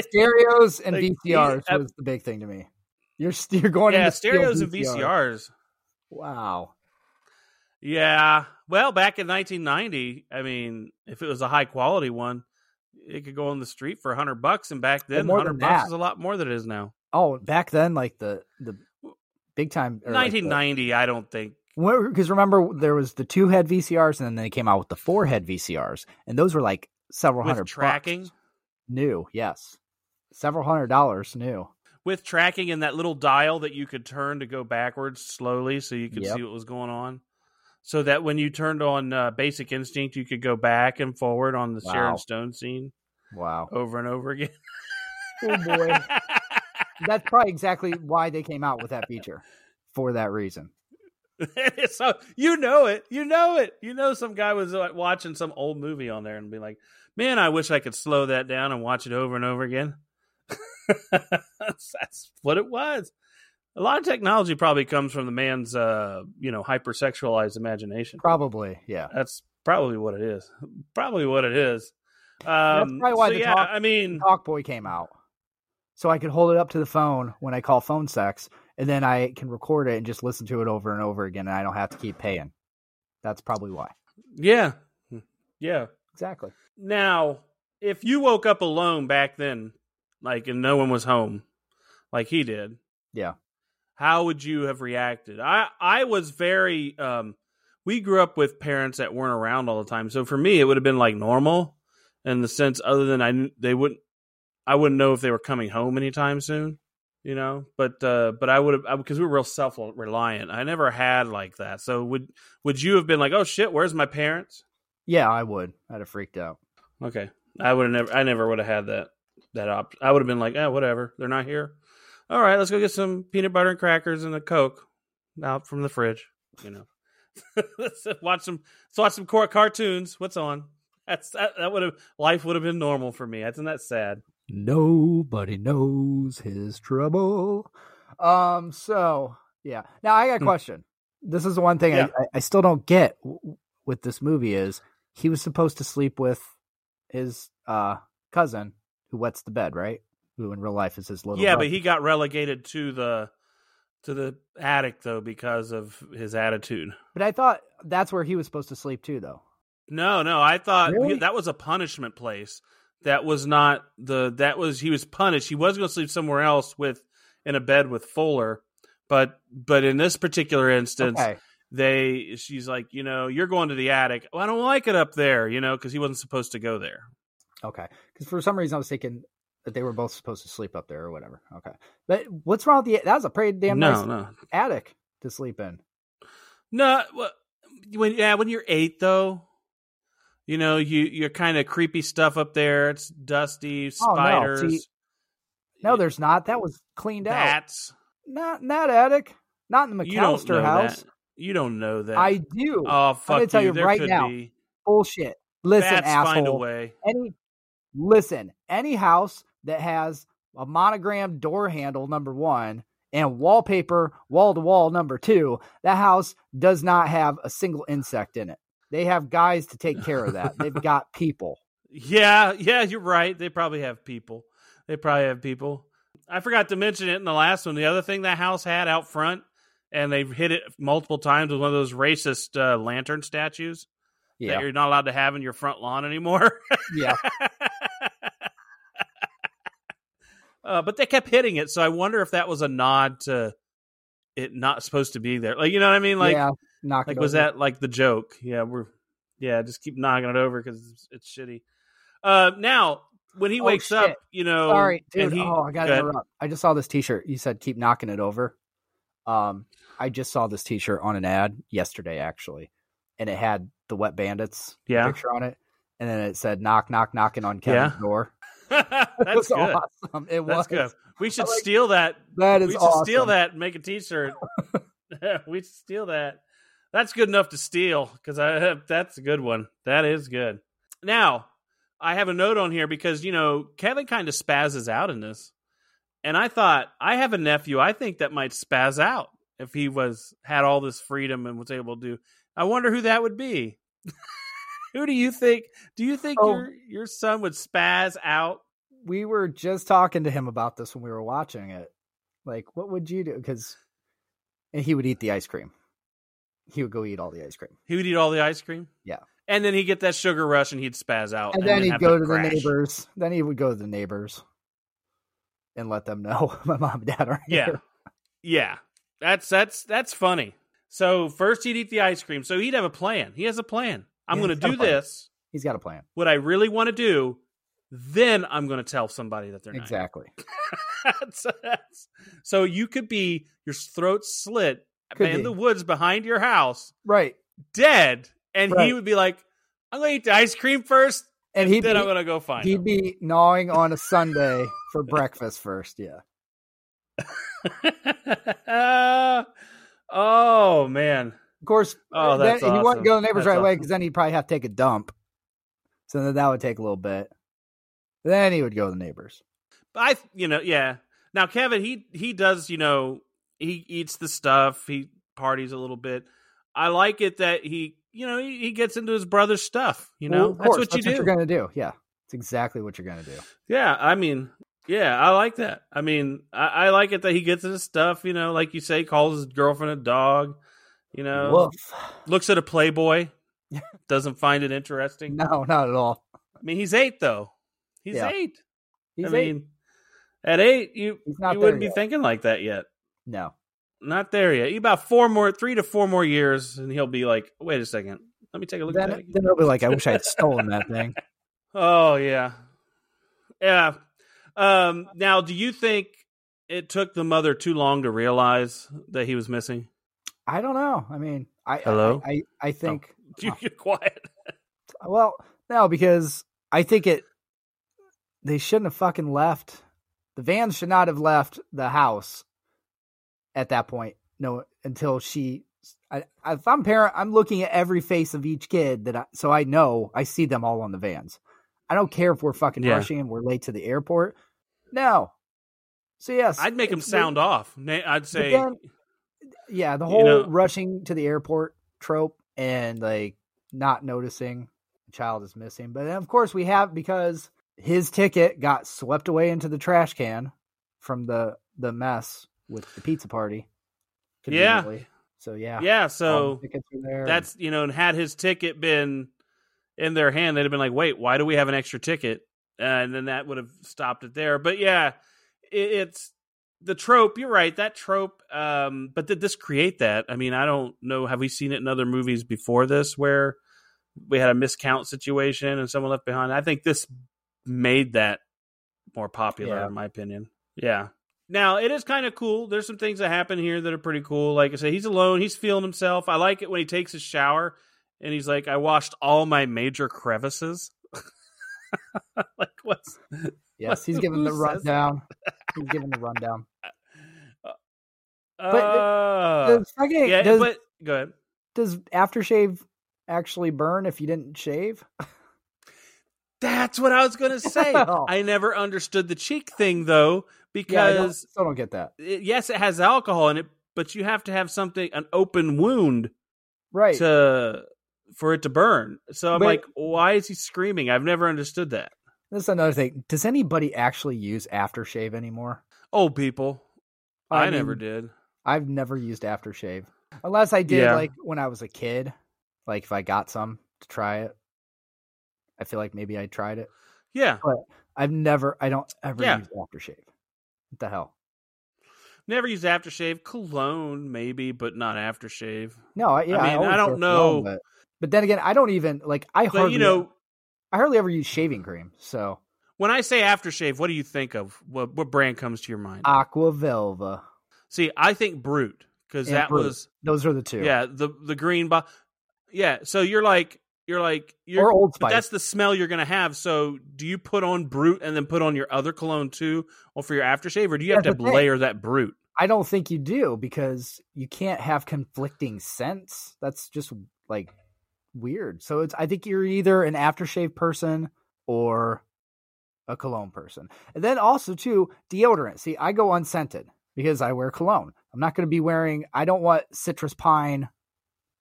Speaker 3: Stereos and
Speaker 1: Like,
Speaker 3: VCRs
Speaker 1: yeah,
Speaker 3: was the big thing to me. You're, st- you're going
Speaker 1: yeah,
Speaker 3: into
Speaker 1: stereos and
Speaker 3: VCR.
Speaker 1: VCRs.
Speaker 3: Wow.
Speaker 1: Yeah. Well, back in 1990, I mean, if it was a high quality one, it could go on the street for 100 bucks. And back
Speaker 3: Well,
Speaker 1: then,
Speaker 3: more
Speaker 1: 100
Speaker 3: than
Speaker 1: bucks
Speaker 3: that.
Speaker 1: is a lot more than it is now.
Speaker 3: Oh, back then, like the the big time. or, like, the-
Speaker 1: 1990, I don't think.
Speaker 3: Because remember, there was the two head VCRs, and then they came out with the four head VCRs, and those were like several
Speaker 1: With
Speaker 3: hundred bucks
Speaker 1: tracking,
Speaker 3: new. Yes, several hundred dollars new.
Speaker 1: with tracking and that little dial that you could turn to go backwards slowly so you could
Speaker 3: Yep.
Speaker 1: see what was going on. So that when you turned on uh, Basic Instinct, you could go back and forward on the
Speaker 3: Wow.
Speaker 1: Sharon Stone scene
Speaker 3: Wow.
Speaker 1: over and over again.
Speaker 3: Oh boy, that's probably exactly why they came out with that feature for that reason.
Speaker 1: so you know it, you know it, you know some guy was like watching some old movie on there and be like, "Man, I wish I could slow that down and watch it over and over again." That's what it was. A lot of technology probably comes from the man's, uh, you know, hypersexualized imagination.
Speaker 3: Probably, yeah.
Speaker 1: That's probably what it is. Probably what it is. Um,
Speaker 3: probably why
Speaker 1: so
Speaker 3: the
Speaker 1: yeah,
Speaker 3: talk-
Speaker 1: I mean,
Speaker 3: Talk Boy came out, so I could hold it up to the phone when I call phone sex, and then I can record it and just listen to it over and over again, and I don't have to keep paying. That's probably why.
Speaker 1: yeah, Hmm. yeah.
Speaker 3: Exactly.
Speaker 1: Now, if you woke up alone back then, like and no one was home, like he did,
Speaker 3: Yeah.
Speaker 1: how would you have reacted? I I was very um we grew up with parents that weren't around all the time. So for me, it would have been like normal in the sense other than I kn- they wouldn't I wouldn't know if they were coming home anytime soon, you know? But uh but I would have because we were real self-reliant. I never had like that. So would would you have been like, "Oh shit, where's my parents?"
Speaker 3: Yeah, I would. I'd have freaked out.
Speaker 1: Okay. I would have never I never would have had that that op I would have been like, eh, whatever. They're not here. All right, let's go get some peanut butter and crackers and a Coke out from the fridge. You know. let's watch some let's watch some cor- cartoons. What's on? That's that, that would have life would have been normal for me. Isn't that sad?
Speaker 3: Nobody knows his trouble. Um. So yeah. Now I got a
Speaker 1: Hmm.
Speaker 3: question. This is the one thing
Speaker 1: Yeah.
Speaker 3: I, I, I still don't get w- w- with this movie is he was supposed to sleep with his uh cousin who wets the bed, right? Who in real life is his little
Speaker 1: yeah,
Speaker 3: brother.
Speaker 1: but he got relegated to the to the attic though because of his attitude.
Speaker 3: But I thought that's where he was supposed to sleep too, though.
Speaker 1: No, no, I thought
Speaker 3: Really?
Speaker 1: that was a punishment place. That was not the that was he was punished. He was going to sleep somewhere else with in a bed with Fuller, but but in this particular instance,
Speaker 3: Okay.
Speaker 1: they she's like, you know, you're going to the attic. Well, I don't like it up there, you know, because he wasn't supposed to go there.
Speaker 3: Okay. Because for some reason I was thinking that they were both supposed to sleep up there or whatever. Okay. But what's wrong with the? That was a pretty damn
Speaker 1: no,
Speaker 3: nice
Speaker 1: no,
Speaker 3: attic to sleep in.
Speaker 1: no. well, When yeah, when you're eight though, you know you you're kind of creepy stuff up there. It's dusty,
Speaker 3: Oh, no.
Speaker 1: spiders,
Speaker 3: See, No, there's not. That was cleaned out.
Speaker 1: bats.
Speaker 3: Not in that attic. Not in the
Speaker 1: You don't know
Speaker 3: McAllister house.
Speaker 1: That. You don't know that.
Speaker 3: I do.
Speaker 1: Oh fuck
Speaker 3: tell
Speaker 1: you!
Speaker 3: you
Speaker 1: there
Speaker 3: right
Speaker 1: could
Speaker 3: now,
Speaker 1: be.
Speaker 3: Bullshit. Listen,
Speaker 1: Bats find a
Speaker 3: asshole.
Speaker 1: way.
Speaker 3: Any listen. Any house that has a monogram door handle number one and wallpaper wall to wall number two, that house does not have a single insect in it. They have guys to take care of that. They've got people.
Speaker 1: Yeah, yeah, you're right. They probably have people. They probably have people. I forgot to mention it in the last one. The other thing that house had out front, and they've hit it multiple times with one of those racist uh, lantern statues that
Speaker 3: Yeah,
Speaker 1: you're not allowed to have in your front lawn anymore.
Speaker 3: yeah.
Speaker 1: uh, but they kept hitting it, so I wonder if that was a nod to it not supposed to be there. Like you know what I mean? Like
Speaker 3: yeah. Knock
Speaker 1: like
Speaker 3: it
Speaker 1: was
Speaker 3: over.
Speaker 1: that like the joke yeah we're yeah just keep knocking it over because it's, it's shitty uh now when he
Speaker 3: Oh,
Speaker 1: wakes
Speaker 3: shit.
Speaker 1: up you know
Speaker 3: Sorry, dude.
Speaker 1: and he-
Speaker 3: oh, I gotta
Speaker 1: go ahead.
Speaker 3: interrupt. I just saw this T-shirt. You said keep knocking it over. Um, I just saw this T-shirt on an ad yesterday, actually, and it had the Wet Bandits
Speaker 1: yeah
Speaker 3: picture on it, and then it said knock, knock, knocking on Kevin's door. It
Speaker 1: that's
Speaker 3: was
Speaker 1: good
Speaker 3: awesome. It was
Speaker 1: that's good we should
Speaker 3: I like-
Speaker 1: steal that
Speaker 3: That
Speaker 1: we
Speaker 3: is
Speaker 1: should
Speaker 3: awesome.
Speaker 1: steal that and make a t-shirt we should steal that that's good enough to steal because i uh, that's a good one that is good now i have a note on here because you know kevin kind of spazzes out in this and i thought i have a nephew i think that might spazz out if he was had all this freedom and was able to do i wonder who that would be who do you think do you think
Speaker 3: Oh.
Speaker 1: your your son would spazz out
Speaker 3: We were just talking to him about this when we were watching it. Like, what would you do? Because he would eat the ice cream. he would go eat all the ice cream.
Speaker 1: He would eat all the ice cream.
Speaker 3: Yeah.
Speaker 1: And then he'd get that sugar rush and he'd spaz out.
Speaker 3: And, then, he'd
Speaker 1: have
Speaker 3: go to
Speaker 1: crash.
Speaker 3: the neighbors. Then he would go to the neighbors and let them know my mom and dad are
Speaker 1: Yeah.
Speaker 3: here.
Speaker 1: Yeah. That's that's that's funny. So first he'd eat the ice cream. So he'd have a plan. He has a plan. I'm
Speaker 3: Yeah,
Speaker 1: gonna
Speaker 3: he's got a
Speaker 1: do
Speaker 3: plan.
Speaker 1: this,
Speaker 3: He's got a plan.
Speaker 1: what I really want to do, then I'm gonna tell somebody that they're not.
Speaker 3: Exactly.
Speaker 1: That's- that's- so you could be your throat slit
Speaker 3: Could
Speaker 1: in
Speaker 3: be.
Speaker 1: the woods behind your house,
Speaker 3: Right.
Speaker 1: dead, and he
Speaker 3: Right.
Speaker 1: would be like, I'm gonna eat the ice cream first,
Speaker 3: And he'd
Speaker 1: then
Speaker 3: be,
Speaker 1: I'm gonna go find
Speaker 3: he'd
Speaker 1: him.
Speaker 3: be gnawing on a Sunday for breakfast first. Yeah.
Speaker 1: oh man.
Speaker 3: Of course, uh,
Speaker 1: Oh, that's
Speaker 3: then, he wouldn't go to the neighbors
Speaker 1: That's
Speaker 3: right away
Speaker 1: awesome.
Speaker 3: because then he'd probably have to take a dump. So then that would take a little bit. Then he would go to the neighbors.
Speaker 1: I you know yeah. Now Kevin he he does you know he eats the stuff he parties a little bit. I like it that he you know he, he gets into his brother's stuff. You know
Speaker 3: Well, of
Speaker 1: that's
Speaker 3: course,
Speaker 1: what you
Speaker 3: that's
Speaker 1: do.
Speaker 3: What you're gonna do. Yeah, it's exactly what you're gonna do.
Speaker 1: yeah, I mean yeah I like that. I mean I, I like it that he gets into stuff. You know like you say calls his girlfriend a dog. You know
Speaker 3: Woof.
Speaker 1: looks at a Playboy. Doesn't find it interesting.
Speaker 3: No, not at all.
Speaker 1: I mean, he's eight though. He's
Speaker 3: Yeah.
Speaker 1: eight.
Speaker 3: He's,
Speaker 1: I
Speaker 3: eight.
Speaker 1: mean, at eight, you
Speaker 3: He's not
Speaker 1: you
Speaker 3: there
Speaker 1: wouldn't be
Speaker 3: yet.
Speaker 1: thinking like that yet.
Speaker 3: no.
Speaker 1: Not there yet. About four more, three to four more years, and he'll be like, "Wait a second, let me take a look at
Speaker 3: Then,
Speaker 1: that." Again.
Speaker 3: then he'll be like, "I wish I had stolen that thing."
Speaker 1: Oh yeah, yeah. Um, now, do you think it took the mother too long to realize that he was missing?
Speaker 3: I don't know. I mean, I
Speaker 1: Hello?
Speaker 3: I I, I think
Speaker 1: You get quiet.
Speaker 3: well no because I think it. They shouldn't have fucking left. The van should not have left the house at that point. No, until she. I, if I'm parent, I'm looking at every face of each kid that I, so I know I see them all on the vans. I don't care if we're fucking
Speaker 1: Yeah.
Speaker 3: rushing and we're late to the airport. No. So yes,
Speaker 1: I'd make him
Speaker 3: it's-
Speaker 1: sound off. Na- I'd say,
Speaker 3: then- Yeah, the
Speaker 1: You
Speaker 3: whole
Speaker 1: know-
Speaker 3: rushing to the airport trope and like not noticing the child is missing. But then, of course, we have because his ticket got swept away into the trash can from the the mess with the pizza party.
Speaker 1: Yeah.
Speaker 3: conveniently. So yeah.
Speaker 1: "Yeah."
Speaker 3: all
Speaker 1: So
Speaker 3: the tickets were there.
Speaker 1: that's you know, and had his ticket been in their hand, they'd have been like, "Wait, why do we have an extra ticket?" Uh, and then that would have stopped it there. But yeah, it, it's the trope. You're right, that trope. Um, but did this create that? I mean, I don't know. Have we seen it in other movies before this where we had a miscount situation and someone left behind? I think this made that more popular,
Speaker 3: Yeah.
Speaker 1: in my opinion. Yeah. Now it is kind of cool. There's some things that happen here that are pretty cool. Like I said, he's alone. He's feeling himself. I like it when he takes his shower and he's like, "I washed all my major crevices." like what's?
Speaker 3: yes, he's giving the
Speaker 1: who says that?
Speaker 3: rundown. He's giving the rundown.
Speaker 1: Uh,
Speaker 3: does fucking
Speaker 1: yeah,
Speaker 3: does,
Speaker 1: but go ahead.
Speaker 3: does aftershave actually burn if you didn't shave?
Speaker 1: That's what I was gonna say.
Speaker 3: No.
Speaker 1: I never understood the cheek thing though,
Speaker 3: Yeah, I don't,
Speaker 1: because
Speaker 3: still don't get that.
Speaker 1: it, yes, it has alcohol in it, but you have to have something an open wound
Speaker 3: Right.
Speaker 1: to for it to burn. So I'm
Speaker 3: But-
Speaker 1: like, why is he screaming? I've never understood that.
Speaker 3: This is another thing. Does anybody actually use aftershave anymore?
Speaker 1: Old people. I, never
Speaker 3: mean,
Speaker 1: did.
Speaker 3: I've never used aftershave unless I did
Speaker 1: Yeah.
Speaker 3: like when I was a kid. Like if I got some to try it, I feel like maybe I tried it.
Speaker 1: Yeah,
Speaker 3: I've never. I don't ever
Speaker 1: Yeah.
Speaker 3: use aftershave. What the hell?
Speaker 1: never used aftershave. Cologne, maybe, but not aftershave.
Speaker 3: No. I, yeah.
Speaker 1: I mean,
Speaker 3: always
Speaker 1: I don't
Speaker 3: go cologne,
Speaker 1: know.
Speaker 3: but, but then again, I don't even like. I
Speaker 1: But
Speaker 3: hardly.
Speaker 1: you know,
Speaker 3: I hardly ever use shaving cream. So
Speaker 1: when I say aftershave, what do you think of? What what brand comes to your mind?
Speaker 3: Aqua Velva.
Speaker 1: See, I think Brute because
Speaker 3: And
Speaker 1: that
Speaker 3: Brute,
Speaker 1: was
Speaker 3: Those are the two.
Speaker 1: yeah the the green box. Yeah, so you're like you're like you're.
Speaker 3: Or Old
Speaker 1: but
Speaker 3: Spice.
Speaker 1: that's the smell you're gonna have. So, do you put on Brute and then put on your other cologne too, or for your aftershave, or do you have
Speaker 3: That's
Speaker 1: to
Speaker 3: the thing.
Speaker 1: layer that Brute?
Speaker 3: I don't think you do because you can't have conflicting scents. That's just like weird. So it's I think you're either an aftershave person or a cologne person. And then also too, deodorant. See, I go unscented because I wear cologne. I'm not going to be wearing I don't want citrus pine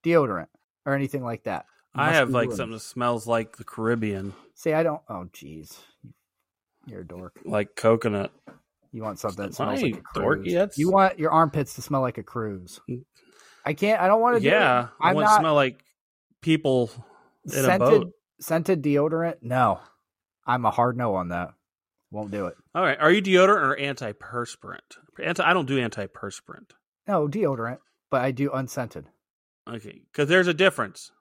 Speaker 3: deodorant or anything like that. It
Speaker 1: I
Speaker 3: must
Speaker 1: have
Speaker 3: be
Speaker 1: like
Speaker 3: ruined.
Speaker 1: something that smells like the Caribbean,
Speaker 3: See, I don't Oh jeez. You're a dork.
Speaker 1: like coconut.
Speaker 3: You want something that
Speaker 1: Why are
Speaker 3: smells like
Speaker 1: you
Speaker 3: a
Speaker 1: dorky?
Speaker 3: cruise.
Speaker 1: That's- Mm.
Speaker 3: You want your armpits to smell like a cruise. I can't. I don't want to.
Speaker 1: yeah,
Speaker 3: do it.
Speaker 1: I
Speaker 3: I'm
Speaker 1: want to
Speaker 3: not
Speaker 1: smell like people in a
Speaker 3: scented
Speaker 1: boat.
Speaker 3: scented deodorant. No, I'm a hard no on that. Won't do it.
Speaker 1: All right, are you deodorant or antiperspirant? Anti, I don't do antiperspirant.
Speaker 3: No deodorant, but I do unscented.
Speaker 1: Okay, because there's a difference.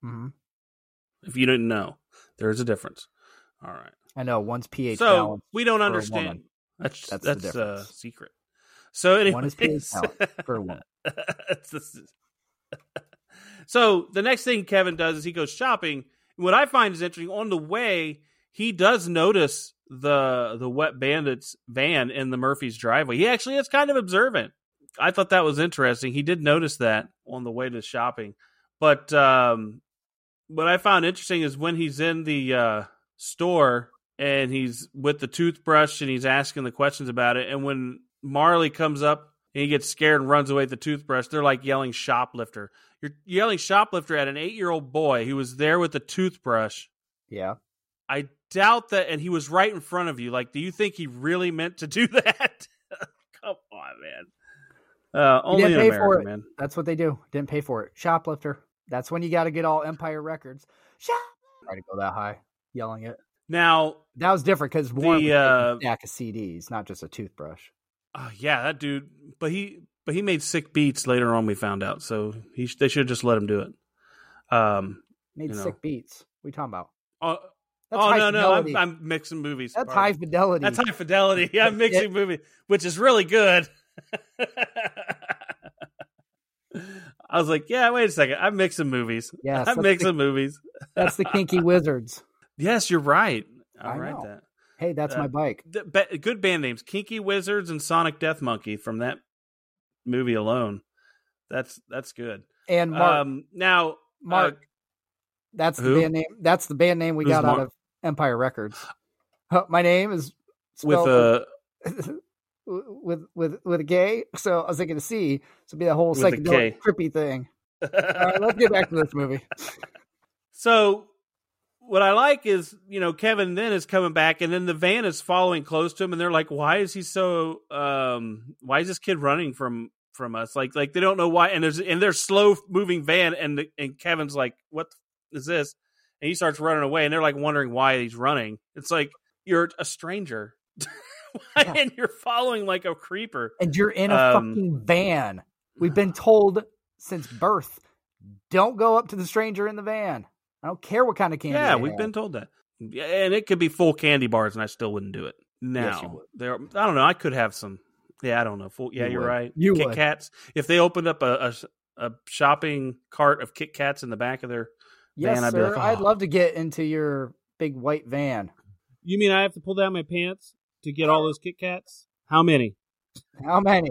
Speaker 3: hmm
Speaker 1: If you didn't know, there's a difference. All right.
Speaker 3: I know one's pH
Speaker 1: so
Speaker 3: balanced.
Speaker 1: we don't
Speaker 3: a
Speaker 1: understand.
Speaker 3: woman.
Speaker 1: That's
Speaker 3: That's
Speaker 1: that's,
Speaker 3: the
Speaker 1: a
Speaker 3: difference.
Speaker 1: secret. So anyways,
Speaker 3: One is pH balanced for a woman.
Speaker 1: That's the- so the next thing Kevin does is he goes shopping. What I find is interesting on the way, he does notice the the wet bandits van in the Murphy's driveway. He actually is kind of observant. I thought that was interesting. He did notice that on the way to shopping. But um what I found interesting is when he's in the uh store and he's with the toothbrush and he's asking the questions about it and when Marley comes up and he gets scared and runs away with the toothbrush, they're like yelling shoplifter. You're yelling shoplifter at an 8-year-old boy who was there with the toothbrush.
Speaker 3: Yeah.
Speaker 1: I doubt that and he was right in front of you. Like do you think he really meant to do that? Come on, man. Uh, only in
Speaker 3: didn't pay for
Speaker 1: America,
Speaker 3: it.
Speaker 1: man.
Speaker 3: That's what they do. Didn't pay for it. Shoplifter. That's when you got to get all Empire Records. Shop. Try to go that high, yelling it.
Speaker 1: Now,
Speaker 3: That was different because one
Speaker 1: The,
Speaker 3: was
Speaker 1: uh,
Speaker 3: a stack of CDs, not just a toothbrush.
Speaker 1: Oh, yeah, that dude. But he, but he made sick beats later on. We found out, so he sh- they should have just let him do it. Um.
Speaker 3: Made
Speaker 1: you know.
Speaker 3: sick beats. What are you talking about?
Speaker 1: Oh,
Speaker 3: That's
Speaker 1: oh
Speaker 3: high
Speaker 1: no, no,
Speaker 3: fidelity.
Speaker 1: I'm, I'm mixing movies.
Speaker 3: That's
Speaker 1: Pardon.
Speaker 3: high fidelity.
Speaker 1: That's high fidelity. Yeah, I'm
Speaker 3: That's
Speaker 1: mixing movie, which is really good. I was like, yeah, wait a second. I'm mixing movies.
Speaker 3: Yes,
Speaker 1: I'm
Speaker 3: that's
Speaker 1: mixing movies.
Speaker 3: That's the kinky wizards.
Speaker 1: Yes, you're right. I'll
Speaker 3: I
Speaker 1: write
Speaker 3: know.
Speaker 1: that.
Speaker 3: Hey, that's
Speaker 1: Uh,
Speaker 3: my bike.
Speaker 1: Th- ba- good band names kinky wizards and sonic death monkey from that movie alone that's that's good
Speaker 3: And Mark,
Speaker 1: um now
Speaker 3: Mark, that's
Speaker 1: who?
Speaker 3: the band name. That's the band name we
Speaker 1: Who's
Speaker 3: got out
Speaker 1: Mark?
Speaker 3: of Empire Records. Huh, My name is
Speaker 1: with
Speaker 3: spelled
Speaker 1: a
Speaker 3: with with with a gay. So I was thinking a C. So it'd be that whole
Speaker 1: With a K.
Speaker 3: psychedelic trippy thing. All right, let's get back to this movie.
Speaker 1: So what I like is, you know, Kevin then is coming back and then the van is following close to him and they're like, Why is he so um why is this kid running from from us? Like like they don't know why and there's and they're slow moving van and the, and Kevin's like, What is this? And he starts running away and they're like wondering why he's running. It's like you're a stranger.
Speaker 3: Yeah.
Speaker 1: and you're following like a creeper.
Speaker 3: And you're in a
Speaker 1: Um,
Speaker 3: fucking van. We've been told since birth, don't go up to the stranger in the van. I don't care what kind of candy.
Speaker 1: Yeah,
Speaker 3: they
Speaker 1: we've
Speaker 3: have.
Speaker 1: been told that. Yeah, And it could be full candy bars, and I still wouldn't do it.
Speaker 3: Yes,
Speaker 1: Now
Speaker 3: you would.
Speaker 1: there, I don't know. I could have some. Yeah, I don't know. Full, yeah,
Speaker 3: You
Speaker 1: you are
Speaker 3: would.
Speaker 1: right.
Speaker 3: You
Speaker 1: Kit
Speaker 3: would.
Speaker 1: Kats. If they opened up a, a a shopping cart of Kit Kats in the back of their,
Speaker 3: Yes,
Speaker 1: van, I'd be
Speaker 3: sir.
Speaker 1: like,
Speaker 3: I'd
Speaker 1: "Oh."
Speaker 3: love to get into your big white van.
Speaker 1: you mean I have to pull down my pants to get all those Kit Kats? How many?
Speaker 3: How many?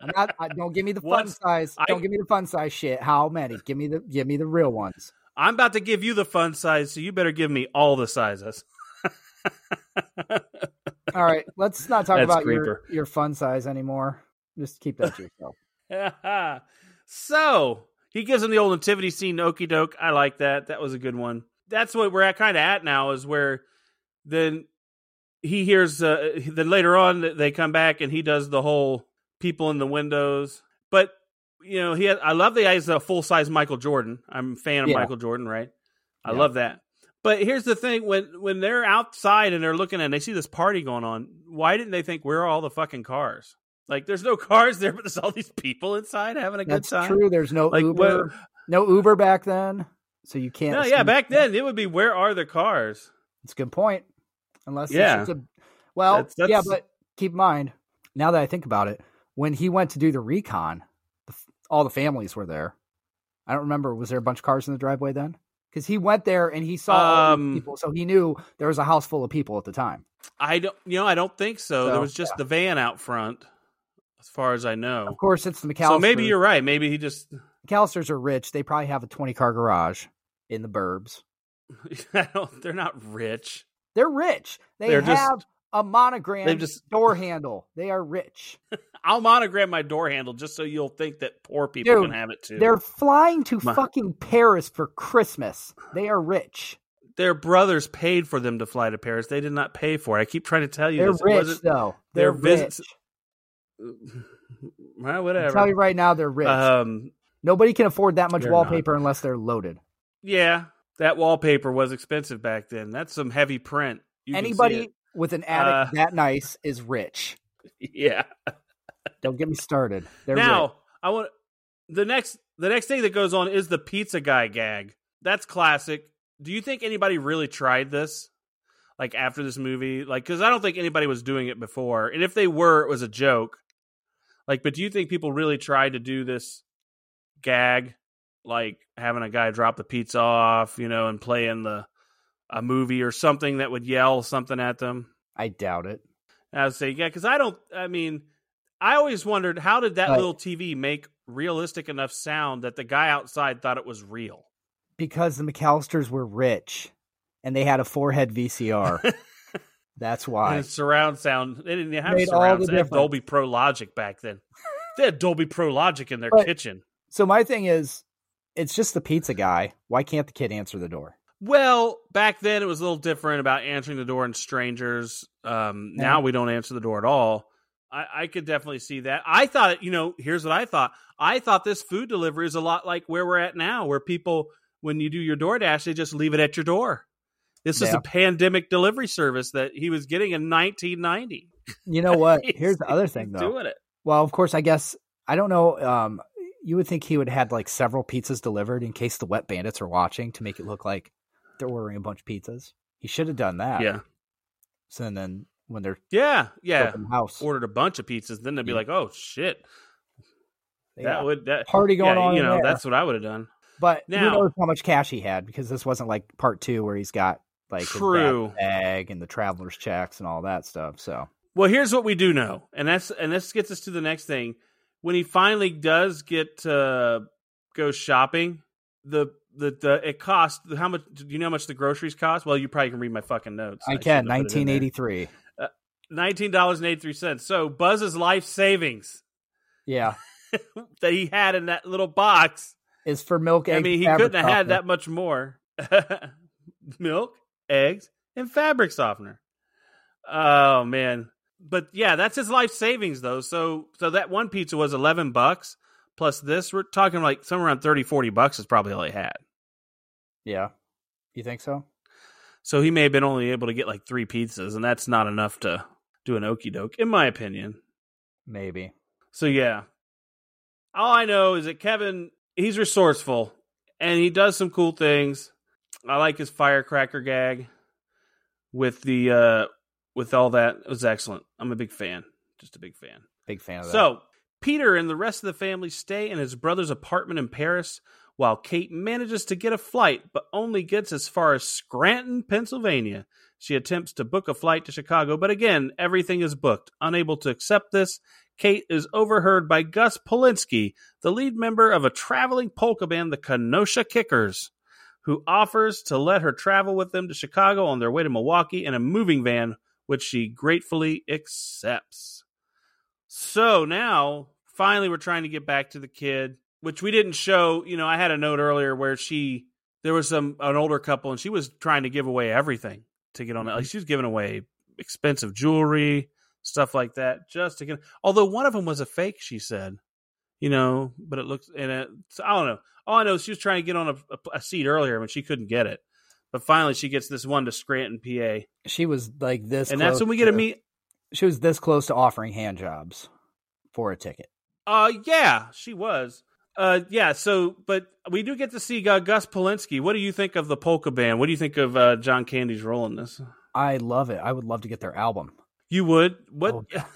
Speaker 3: I'm not, I, don't give me the fun
Speaker 1: Once
Speaker 3: size.
Speaker 1: I-
Speaker 3: don't give me the fun size shit. How many? Give me the give me the real ones.
Speaker 1: I'm about to give you the fun size, so you better give me all the sizes.
Speaker 3: All right, let's not talk
Speaker 1: That's
Speaker 3: about
Speaker 1: creeper.
Speaker 3: your, your fun size anymore. Just keep that to yourself.
Speaker 1: so he gives him the old nativity scene, okey doke. I like that. That was a good one. That's what we're at, kind of at now is where then he hears, uh, then later on they come back and he does the whole people in the windows. But, you know, he, I love the he's a full size Michael Jordan. I'm a fan of
Speaker 3: Yeah.
Speaker 1: Michael Jordan, right? I
Speaker 3: Yeah.
Speaker 1: love that. But here's the thing: when when they're outside and they're looking and they see this party going on, why didn't they think where are all the fucking cars? Like, there's no cars there, but there's all these people inside having a
Speaker 3: That's
Speaker 1: good time.
Speaker 3: true. There's no
Speaker 1: Like,
Speaker 3: Uber,
Speaker 1: what-
Speaker 3: no Uber back then, so you can't.
Speaker 1: no, yeah,
Speaker 3: assume-
Speaker 1: back then it would be where are the cars?
Speaker 3: It's a good point. Unless it's
Speaker 1: Yeah.
Speaker 3: just a, well,
Speaker 1: That's- that's-
Speaker 3: yeah, but keep in mind now that I think about it, when he went to do the recon, the, f- all the families were there. I don't remember. Was there a bunch of cars in the driveway then? Because he went there and he saw all these
Speaker 1: Um,
Speaker 3: people, so he knew there was a house full of people at the time.
Speaker 1: I don't, you know, I don't think so.
Speaker 3: So,
Speaker 1: there was just the van out front, as far as I know.
Speaker 3: Of course, it's the McAllisters.
Speaker 1: So maybe you're right. Maybe he just
Speaker 3: McAllisters are rich. They probably have a twenty car garage in the burbs.
Speaker 1: I don't, they're not rich.
Speaker 3: They're rich. They
Speaker 1: They're just-
Speaker 3: have a monogram
Speaker 1: They've just-
Speaker 3: door handle. They are rich.
Speaker 1: I'll monogram my door handle just so you'll think that poor people
Speaker 3: Dude,
Speaker 1: can have it too.
Speaker 3: They're flying to
Speaker 1: My-
Speaker 3: fucking Paris for Christmas. They are rich.
Speaker 1: their brothers paid for them to fly to Paris. They did not pay for it. I keep trying to tell you
Speaker 3: They're
Speaker 1: this. It
Speaker 3: rich
Speaker 1: wasn't-
Speaker 3: though.
Speaker 1: their
Speaker 3: They're
Speaker 1: visits-
Speaker 3: rich.
Speaker 1: Well,
Speaker 3: I'll tell you
Speaker 1: whatever.
Speaker 3: right now, they're rich.
Speaker 1: Um,
Speaker 3: Nobody can afford that much
Speaker 1: they're
Speaker 3: wallpaper unless they're loaded.
Speaker 1: yeah, that wallpaper was expensive back then. That's some heavy print. You can see
Speaker 3: Anybody
Speaker 1: it.
Speaker 3: with an attic
Speaker 1: Uh,
Speaker 3: that nice is rich.
Speaker 1: Yeah.
Speaker 3: Don't get me started. They're
Speaker 1: now
Speaker 3: rich.
Speaker 1: I want the next the next thing that goes on is the pizza guy gag. That's classic. Do you think anybody really tried this? Like after this movie, like because I don't think anybody was doing it before, and if they were, it was a joke. Like, but do you think people really tried to do this gag, like having a guy drop the pizza off, you know, and playing the a movie or something that would yell something at them?
Speaker 3: I doubt it.
Speaker 1: I would say, yeah, because I don't. I mean, I always wondered how did that
Speaker 3: Right.
Speaker 1: little TV make realistic enough sound that the guy outside thought it was real.
Speaker 3: Because the McAllisters were rich and they had a forehead VCR. That's
Speaker 1: And
Speaker 3: why.
Speaker 1: it's surround sound. They didn't even have
Speaker 3: Made all
Speaker 1: surround
Speaker 3: the
Speaker 1: sound. They had
Speaker 3: difference.
Speaker 1: Dolby Pro Logic back then. they had Dolby Pro Logic in their
Speaker 3: But-
Speaker 1: kitchen.
Speaker 3: So my thing is, it's just the pizza guy. Why can't the kid answer the door?
Speaker 1: Well, back then it was a little different about answering the door in strangers. Um,
Speaker 3: Yeah.
Speaker 1: Now we don't answer the door at all. I, I could definitely see that. I thought, you know, here's what I thought. I thought this food delivery is a lot like where we're at now, where people, when you do your DoorDash, they just leave it at your door. This is
Speaker 3: Yeah.
Speaker 1: a pandemic delivery service that he was getting in 1990.
Speaker 3: You know what?
Speaker 1: He's-
Speaker 3: Here's the other thing
Speaker 1: he's
Speaker 3: though.
Speaker 1: Doing it.
Speaker 3: Well, of course, I guess I don't know. Um, you would think he would have had like several pizzas delivered in case the wet bandits are watching to make it look like they're ordering a bunch of pizzas. He should have done that.
Speaker 1: Yeah.
Speaker 3: So then- then when they're
Speaker 1: Yeah. Yeah.
Speaker 3: open house,
Speaker 1: Ordered a bunch of pizzas. Then they'd be
Speaker 3: Yeah.
Speaker 1: like, oh, shit.
Speaker 3: they
Speaker 1: That
Speaker 3: got
Speaker 1: would,
Speaker 3: a
Speaker 1: that,
Speaker 3: party going
Speaker 1: yeah,
Speaker 3: on.
Speaker 1: you
Speaker 3: in
Speaker 1: know,
Speaker 3: there.
Speaker 1: that's what I would have done.
Speaker 3: but who
Speaker 1: now-
Speaker 3: knows how much cash he had because this wasn't like part two where he's got like his
Speaker 1: True.
Speaker 3: bag and the traveler's checks and all that stuff. So
Speaker 1: Well, here's what we do know, and that's and this gets us to the next thing. When he finally does get to go shopping, the the, the it cost how much? Do you know how much the groceries cost? Well, you probably can read my fucking notes.
Speaker 3: I can
Speaker 1: shouldn't have put it in there.
Speaker 3: 1983.
Speaker 1: Nineteen dollars and eighty three cents. So Buzz's life savings
Speaker 3: Yeah,
Speaker 1: that he had in that little box.
Speaker 3: is for milk.
Speaker 1: I
Speaker 3: eggs,
Speaker 1: mean, he
Speaker 3: fabric
Speaker 1: couldn't have had
Speaker 3: softener.
Speaker 1: that much more. Milk, eggs, and fabric softener. Oh man. But yeah, that's his life savings though. So so that one pizza was 11 bucks plus this we're talking like somewhere around 30 40 bucks is probably all he had.
Speaker 3: Yeah, you think so?
Speaker 1: So he may have been only able to get like 3 pizzas and that's not enough to do an okey doke in my opinion.
Speaker 3: Maybe.
Speaker 1: So yeah. All I know is that Kevin, he's resourceful and he does some cool things. I like his firecracker gag with the uh with all that. It was excellent. I'm a big fan. Just a big fan.
Speaker 3: Big fan of that.
Speaker 1: So, Peter and the rest of the family stay in his brother's apartment in Paris while Kate manages to get a flight but only gets as far as Scranton, Pennsylvania. She attempts to book a flight to Chicago, but again, everything is booked. Unable to accept this, Kate is overheard by Gus Polinsky, the lead member of a traveling polka band, the Kenosha Kickers, who offers to let her travel with them to Chicago on their way to Milwaukee in a moving van, which she gratefully accepts. So now, finally, we're trying to get back to the kid, which we didn't show. You know, I had a note earlier where she there was some an older couple, and she was trying to give away everything to get on it. Like she was giving away expensive jewelry, stuff like that, just to get. Although one of them was a fake, she said. You know, but it looks and it, so I don't know. All I know is she was trying to get on a, a- a seat earlier when she couldn't get it, but finally she gets this one to Scranton, PA,
Speaker 3: she was like this,
Speaker 1: and that's
Speaker 3: close
Speaker 1: when we get to
Speaker 3: to-
Speaker 1: meet
Speaker 3: She was this close to offering hand jobs for a ticket.
Speaker 1: Uh, yeah, she was. Uh, yeah. So, but we do get to see uh, Gus Polinski. What do you think of the polka band? What do you think of uh, John Candy's role in this?
Speaker 3: I love it. I would love to get their album.
Speaker 1: You would what?
Speaker 3: Oh,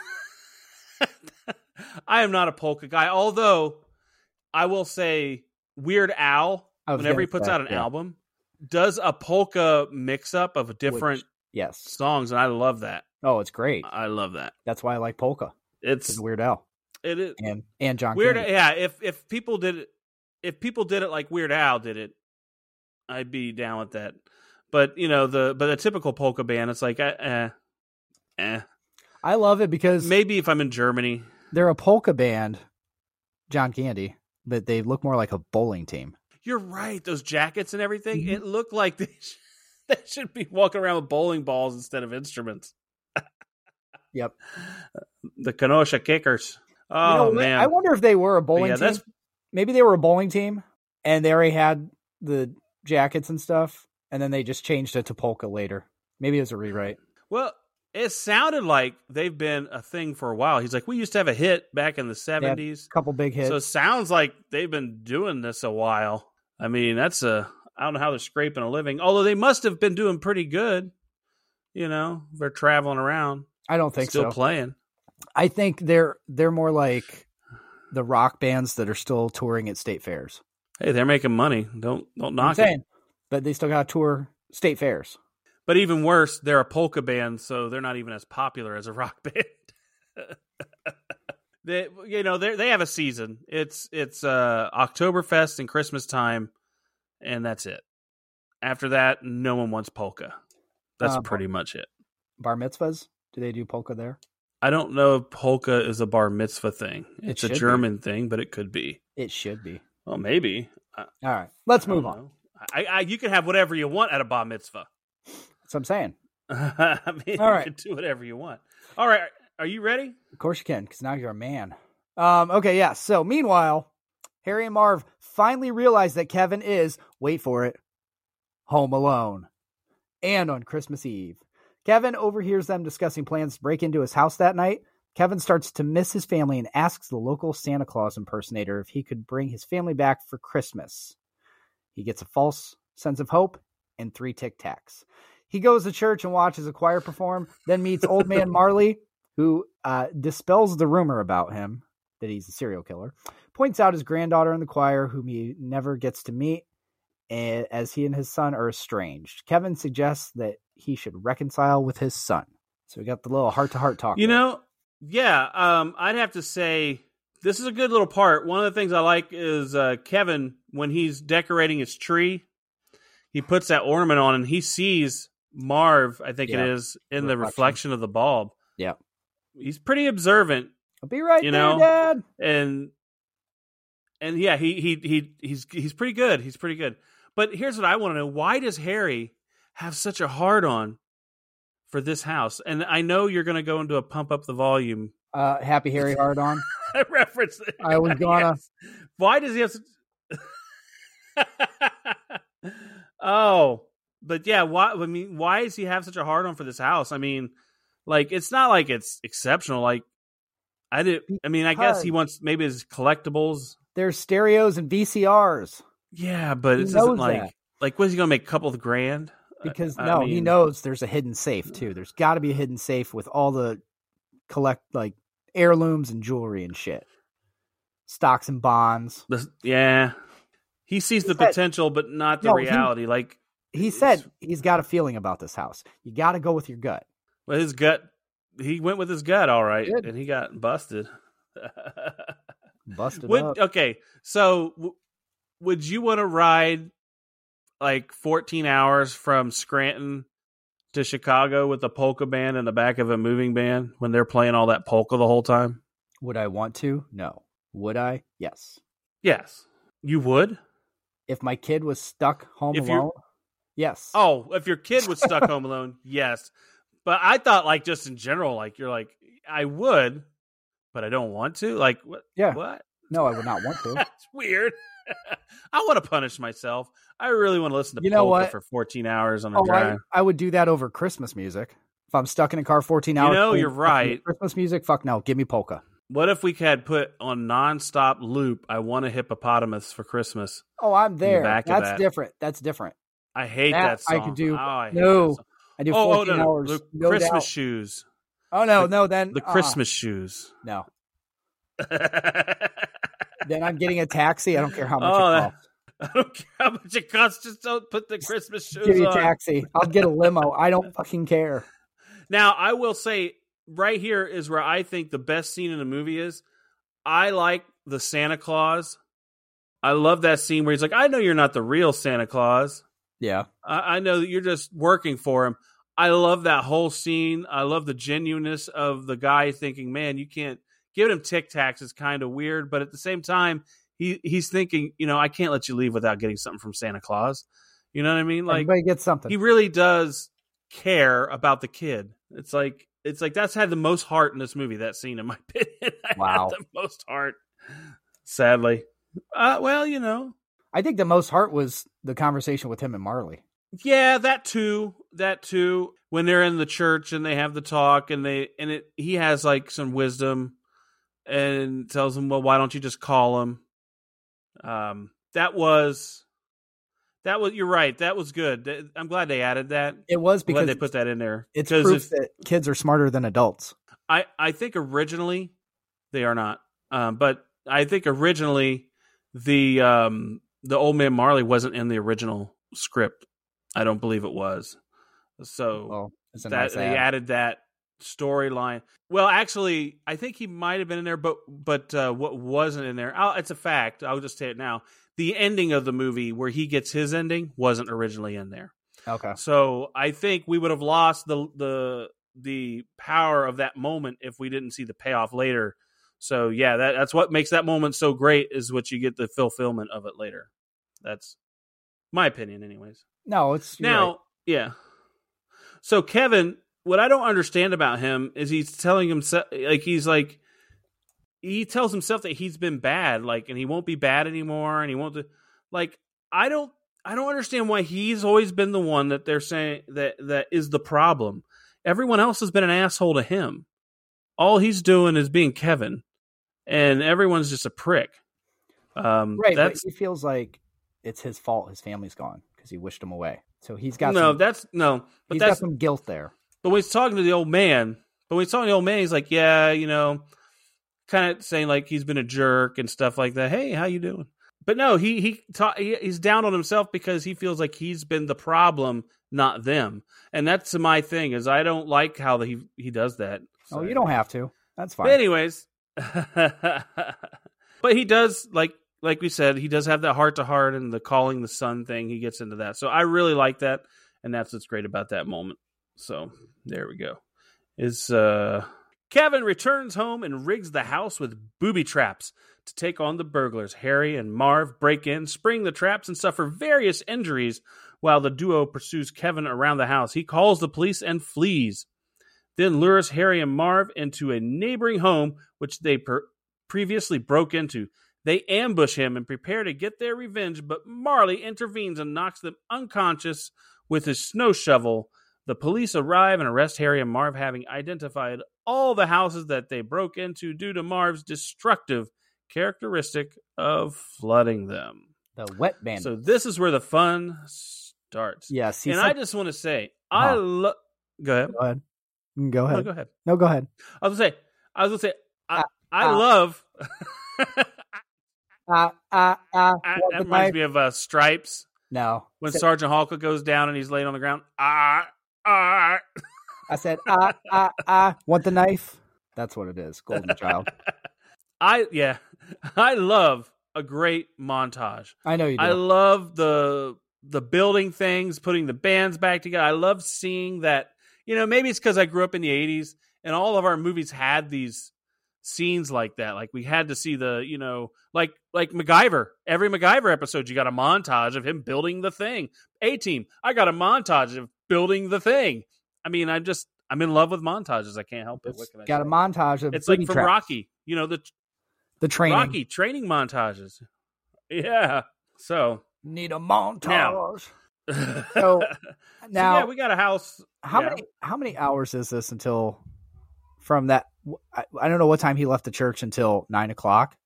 Speaker 1: I am not a polka guy. Although I will say, Weird Al,
Speaker 3: I was
Speaker 1: whenever he
Speaker 3: gonna
Speaker 1: puts
Speaker 3: say,
Speaker 1: out an
Speaker 3: Oh, yeah.
Speaker 1: album, does a polka mix up of different
Speaker 3: Yes.
Speaker 1: songs, and I love that.
Speaker 3: Oh, it's great.
Speaker 1: I love that.
Speaker 3: That's why I like polka. It's
Speaker 1: It's
Speaker 3: Weird Al
Speaker 1: it is
Speaker 3: and and John.
Speaker 1: Weird,
Speaker 3: Candy.
Speaker 1: yeah. If if people did it, if people did it like Weird Al did it, I'd be down with that. But you know the but a typical polka band, it's like eh, eh, eh.
Speaker 3: I love it because
Speaker 1: Maybe if I'm in Germany,
Speaker 3: they're a polka band, John Candy, but they look more like a bowling team.
Speaker 1: you're right. Those jackets and everything,
Speaker 3: Mhm.
Speaker 1: it looked like they should, they should be walking around with bowling balls instead of instruments.
Speaker 3: Yep.
Speaker 1: The Kenosha Kickers.
Speaker 3: You know
Speaker 1: Oh
Speaker 3: what?
Speaker 1: man,
Speaker 3: I wonder if they were a
Speaker 1: But
Speaker 3: bowling
Speaker 1: yeah,
Speaker 3: team.
Speaker 1: that's
Speaker 3: Maybe they were a bowling team and they already had the jackets and stuff, and then they just changed it to polka later. Maybe it was a rewrite.
Speaker 1: well. It sounded like they've been a thing for a while. He's like, we used to have a hit back in the seventies.
Speaker 3: A couple big hits.
Speaker 1: So it sounds like they've been doing this a while. I mean, that's a I don't know how they're scraping a living. Although they must have been doing pretty good. You know, they're traveling around,
Speaker 3: I don't think
Speaker 1: still
Speaker 3: so.
Speaker 1: playing.
Speaker 3: I think they're they're more like the rock bands that are still touring at state fairs.
Speaker 1: Hey, they're making money. Don't don't
Speaker 3: I'm
Speaker 1: knock it.
Speaker 3: saying, but they still got to tour state fairs.
Speaker 1: But even worse, they're a polka band, so they're not even as popular as a rock band. they, you know, they they have a season. It's it's uh, Oktoberfest and Christmas time, and that's it. After that, no one wants polka. That's
Speaker 3: Uh,
Speaker 1: pretty much it.
Speaker 3: Bar mitzvahs? Do they do polka there?
Speaker 1: I don't know if polka is a bar mitzvah thing.
Speaker 3: It
Speaker 1: It's
Speaker 3: should
Speaker 1: a
Speaker 3: be.
Speaker 1: German thing, but it could be.
Speaker 3: It should be.
Speaker 1: Well, maybe. I,
Speaker 3: All right, let's
Speaker 1: I don't
Speaker 3: move on.
Speaker 1: know. I, I you can have whatever you want at a bar mitzvah.
Speaker 3: That's what I'm saying.
Speaker 1: I mean,
Speaker 3: All right.
Speaker 1: you can do whatever you want. All right, are you ready?
Speaker 3: Of course you can, because now you're a man. Um, okay, yeah. So meanwhile, Harry and Marv finally realize that Kevin is, wait for it, home alone. And on Christmas Eve, Kevin overhears them discussing plans to break into his house that night. Kevin starts to miss his family and asks the local Santa Claus impersonator if he could bring his family back for Christmas. He gets a false sense of hope and three tic tacs. He goes to church and watches a choir perform, then meets old man Marley, who uh, dispels the rumor about him that he's a serial killer, points out his granddaughter in the choir, whom he never gets to meet, a- as he and his son are estranged. Kevin suggests that he should reconcile with his son. So we got the little heart to heart talk.
Speaker 1: You
Speaker 3: there.
Speaker 1: know, yeah. Um, I'd have to say this is a good little part. One of the things I like is uh, Kevin when he's decorating his tree. He puts that ornament on, and he sees Marv. I think it
Speaker 3: Yeah.
Speaker 1: is in the
Speaker 3: Reflection.
Speaker 1: reflection of the bulb.
Speaker 3: Yeah.
Speaker 1: he's pretty observant,
Speaker 3: I'll be right
Speaker 1: you
Speaker 3: there,
Speaker 1: know,
Speaker 3: Dad.
Speaker 1: and and yeah, he he he he's he's pretty good. He's pretty good. But here's what I want to know: Why does Harry have such a hard on for this house? And I know you're going to go into a pump up the volume
Speaker 3: Uh, happy Harry hard on.
Speaker 1: reference. There.
Speaker 3: I was gonna-
Speaker 1: Yes. Why does he have? Such... oh, but yeah. Why? I mean, why does he have such a hard on for this house? I mean, like it's not like it's exceptional. Like I did. I mean, I guess he
Speaker 3: Because-
Speaker 1: wants maybe his collectibles.
Speaker 3: There's stereos and VCRs
Speaker 1: Uh, Yeah, but
Speaker 3: He
Speaker 1: it doesn't
Speaker 3: knows
Speaker 1: like
Speaker 3: that.
Speaker 1: like what is he gonna make? A couple of grand?
Speaker 3: because
Speaker 1: I
Speaker 3: no, he
Speaker 1: mean-
Speaker 3: knows there's a hidden safe too. There's got to be a hidden safe with all the collect like heirlooms and jewelry and shit, stocks and bonds.
Speaker 1: The- yeah, he sees the
Speaker 3: said-
Speaker 1: potential, but not the
Speaker 3: No, he-
Speaker 1: reality. like
Speaker 3: He
Speaker 1: It's-
Speaker 3: said he's got a feeling about this house. You got to go with your gut.
Speaker 1: Well, his gut, he went with his gut, all right,
Speaker 3: did.
Speaker 1: and he got busted.
Speaker 3: Busted up.
Speaker 1: would uh okay? So, w- would you want to ride like 14 hours from Scranton to Chicago with a polka band in the back of a moving van when they're playing all that polka the whole time?
Speaker 3: Would I want to? No. Would I? Yes.
Speaker 1: Yes, you would.
Speaker 3: If my kid was stuck home
Speaker 1: If you're-
Speaker 3: alone, yes.
Speaker 1: Oh, if your kid was stuck home alone, yes. But I thought, like, just in general, like, you're like, I would, but I don't want to. Like, what?
Speaker 3: Yeah.
Speaker 1: What?
Speaker 3: No, I would not want to.
Speaker 1: That's weird. I want to punish myself. I really want to listen to
Speaker 3: You know
Speaker 1: polka
Speaker 3: what?
Speaker 1: for 14 hours on a
Speaker 3: Oh, I,
Speaker 1: drive.
Speaker 3: I would do that over Christmas music. If I'm stuck in a car 14
Speaker 1: You
Speaker 3: hours.
Speaker 1: know,
Speaker 3: playing
Speaker 1: you're
Speaker 3: fucking
Speaker 1: right.
Speaker 3: Christmas music? Fuck no. Give me polka.
Speaker 1: What if we had put on nonstop loop? I want a hippopotamus for Christmas.
Speaker 3: Oh, I'm there.
Speaker 1: back of
Speaker 3: That's
Speaker 1: that.
Speaker 3: different. That's different.
Speaker 1: I hate that,
Speaker 3: That I
Speaker 1: song.
Speaker 3: could do.
Speaker 1: Oh, I hate
Speaker 3: No.
Speaker 1: that song.
Speaker 3: I do
Speaker 1: Oh, oh,
Speaker 3: 14
Speaker 1: no, no.
Speaker 3: hours.
Speaker 1: The
Speaker 3: no
Speaker 1: Christmas
Speaker 3: doubt.
Speaker 1: shoes.
Speaker 3: oh,
Speaker 1: the-
Speaker 3: no, no. Then
Speaker 1: The
Speaker 3: uh-uh.
Speaker 1: Christmas shoes.
Speaker 3: No.
Speaker 1: I
Speaker 3: Then I'm getting a taxi. I don't care how much
Speaker 1: Oh,
Speaker 3: it
Speaker 1: that-
Speaker 3: costs.
Speaker 1: don't care how much it costs. Just don't put the Christmas shoes
Speaker 3: Give me a
Speaker 1: on.
Speaker 3: taxi. I'll get a limo. I don't fucking care.
Speaker 1: Now, I will say right here is where I think the best scene in the movie is. I like the Santa Claus. I love that scene where he's like, I know you're not the real Santa Claus.
Speaker 3: Yeah.
Speaker 1: I, I know that you're just working for him. I love that whole scene. I love the genuineness of the guy thinking, man, you can't giving him tic tacs is kind of weird, but at the same time, he he's thinking, you know, I can't let you leave without getting something from Santa Claus. You know what I mean? Like
Speaker 3: Everybody gets something.
Speaker 1: he really does care about the kid. It's like it's like that's had the most heart in this movie. That scene, in my opinion, Had
Speaker 3: Wow.
Speaker 1: the most heart. Sadly, uh, well, you know,
Speaker 3: I think the most heart was the conversation with him and Marley.
Speaker 1: yeah, that too, that too. When they're in the church and they have the talk, and they and it, he has like some wisdom, and tells him, "Well, why don't you just call him?" Um, that was, that was. You're right. That was good. That- I'm glad they added that.
Speaker 3: It was
Speaker 1: I'm glad
Speaker 3: because
Speaker 1: they put that in there.
Speaker 3: it's
Speaker 1: Because
Speaker 3: proof
Speaker 1: if-
Speaker 3: that kids are smarter than adults.
Speaker 1: I I think originally they are not, um, but I think originally the um, the old man Marley wasn't in the original script. I don't believe it was. So
Speaker 3: Well, it's Oh,
Speaker 1: Oh,
Speaker 3: a
Speaker 1: that
Speaker 3: nice
Speaker 1: they
Speaker 3: ad.
Speaker 1: added that storyline. Well, actually, I think he might have been in there, but but uh, what wasn't in there? Oh, it's a fact. I'll just say it now. The ending of the movie where he gets his ending wasn't originally in there.
Speaker 3: Okay.
Speaker 1: So I think we would have lost the the the power of that moment if we didn't see the payoff later. So yeah, that, that's what makes that moment so great is what you get the fulfillment of it later. That's my opinion, anyways.
Speaker 3: No, it's you're
Speaker 1: now,
Speaker 3: right.
Speaker 1: yeah. So Kevin, what I don't understand about him is he's telling himself like he's like he tells himself that he's been bad, like, and he won't be bad anymore, and he won't. do- Like, I don't, I don't understand why he's always been the one that they're saying that that is the problem. Everyone else has been an asshole to him. All he's doing is being Kevin, and everyone's just a prick. Um,
Speaker 3: right.
Speaker 1: That's
Speaker 3: but he feels like it's his fault. His family's gone because he wished him away. So he's got
Speaker 1: no,
Speaker 3: some,
Speaker 1: that's no, but
Speaker 3: he's
Speaker 1: that's
Speaker 3: got some guilt there.
Speaker 1: But when he's talking to the old man, but when he's talking to the old man, he's like, yeah, you know, kind of saying like he's been a jerk and stuff like that. Hey, how you doing? But no, he he, ta- he he's down on himself because he feels like he's been the problem, not them. And that's my thing is I don't like how he he does that.
Speaker 3: Oh,
Speaker 1: So-
Speaker 3: you don't have to. That's fine.
Speaker 1: But anyways, but he does like like we said, he does have that heart to heart and the calling the sun thing. He gets into that, so I really like that, and that's what's great about that moment. So there we go. Is uh, Kevin returns home and rigs the house with booby traps to take on the burglars. Harry and Marv break in, spring the traps, and suffer various injuries while the duo pursues Kevin around the house. He calls the police and flees then lures Harry and Marv into a neighboring home, which they per- previously broke into. They ambush him and prepare to get their revenge, but Marley intervenes and knocks them unconscious with his snow shovel. The police arrive and arrest Harry and Marv, having identified all the houses that they broke into due to Marv's destructive characteristic of flooding them.
Speaker 3: the wet bandit.
Speaker 1: So, this is where the fun starts.
Speaker 3: yes. He's
Speaker 1: and I
Speaker 3: like,
Speaker 1: just want to say, I
Speaker 3: Huh.
Speaker 1: love. Go ahead.
Speaker 3: go ahead. Mm, Go
Speaker 1: No,
Speaker 3: ahead.
Speaker 1: go ahead.
Speaker 3: No, go ahead.
Speaker 1: I was gonna say, I was gonna say, I,
Speaker 3: Uh,
Speaker 1: I
Speaker 3: uh.
Speaker 1: love.
Speaker 3: Ah, ah, ah.
Speaker 1: I,
Speaker 3: Walk
Speaker 1: that
Speaker 3: the
Speaker 1: reminds
Speaker 3: knife.
Speaker 1: me of uh, Stripes
Speaker 3: No.
Speaker 1: when
Speaker 3: Sa-
Speaker 1: Sergeant Hawker goes down and he's laid on the ground. Ah, ah.
Speaker 3: I said, ah, ah, ah. Want the knife? That's what it is. Golden Child.
Speaker 1: I yeah, I love a great montage.
Speaker 3: I know you do.
Speaker 1: I love the the building things, putting the bands back together. I love seeing that. You know, maybe it's because I grew up in the '80s, and all of our movies had these scenes like that. Like we had to see the, you know, like like MacGyver. Every MacGyver episode, you got a montage of him building the thing. A Team, I got a montage of building the thing. I mean, I'm just I'm in love with montages. I can't help it. What
Speaker 3: It's
Speaker 1: can I
Speaker 3: got a
Speaker 1: say?
Speaker 3: montage of
Speaker 1: It's like
Speaker 3: booby
Speaker 1: from
Speaker 3: traps.
Speaker 1: Rocky. You know, the
Speaker 3: The training.
Speaker 1: Rocky training montages. Yeah. So
Speaker 3: Need a montage.
Speaker 1: so
Speaker 3: So now,
Speaker 1: yeah, we got a house.
Speaker 3: how
Speaker 1: yeah.
Speaker 3: many how many hours is this until from that? I, I don't know what time he left the church until nine o'clock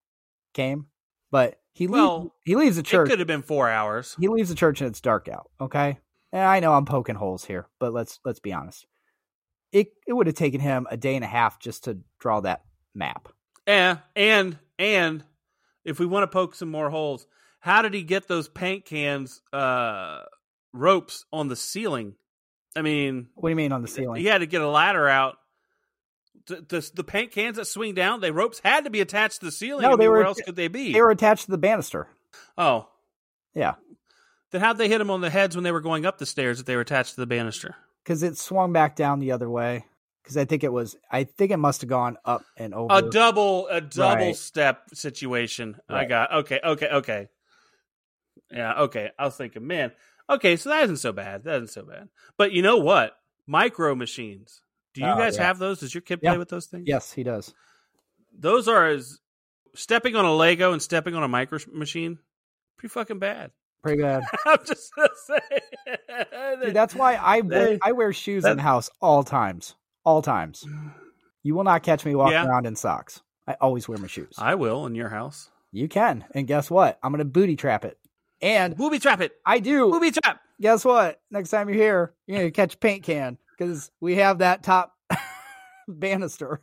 Speaker 3: came, but he leaves,
Speaker 1: Well,
Speaker 3: he leaves the
Speaker 1: It
Speaker 3: church.
Speaker 1: could have been four hours.
Speaker 3: He leaves the church and it's dark out. Okay, and I know I'm poking holes here, but let's let's be honest. It it would have taken him a day and a half just to draw that map.
Speaker 1: Yeah, Eh, and and if we want to poke some more holes, how did he get those paint cans uh ropes on the ceiling? I mean,
Speaker 3: What do you mean on the ceiling?
Speaker 1: he had to get a ladder out. The, the, the paint cans that swing down, the ropes had to be attached to the ceiling.
Speaker 3: No,
Speaker 1: I mean,
Speaker 3: they were-
Speaker 1: where else could they be?
Speaker 3: They were attached to the banister.
Speaker 1: oh,
Speaker 3: Yeah.
Speaker 1: Then how'd they hit him on the heads when they were going up the stairs if they were attached to the banister?
Speaker 3: because it swung back down the other way. Because I think it was, I think it must have gone up and over.
Speaker 1: a double a double
Speaker 3: Right.
Speaker 1: step situation. I
Speaker 3: Right.
Speaker 1: got okay, okay, okay. Yeah, okay. I was thinking, man, okay, so that isn't so bad. That isn't so bad. But you know what? Micro machines Do you
Speaker 3: Oh,
Speaker 1: guys
Speaker 3: yeah.
Speaker 1: have those? Does your kid
Speaker 3: Yeah.
Speaker 1: play with those things?
Speaker 3: Yes, he does.
Speaker 1: Those are as stepping on a Lego and stepping on a micro machine. Pretty fucking bad.
Speaker 3: Pretty bad.
Speaker 1: I'm just gonna say.
Speaker 3: Dude, that's why I wear,
Speaker 1: They-
Speaker 3: I wear shoes in
Speaker 1: that-
Speaker 3: the house all times. All times. You will not catch me walking
Speaker 1: Yeah.
Speaker 3: around in socks. I always wear my shoes.
Speaker 1: I will in your house.
Speaker 3: you can. And guess what? I'm going to booty trap it. And
Speaker 1: Booby trap it.
Speaker 3: I do.
Speaker 1: Booby trap.
Speaker 3: Guess what? Next time you're here, you're going to catch a paint can because we have that top banister.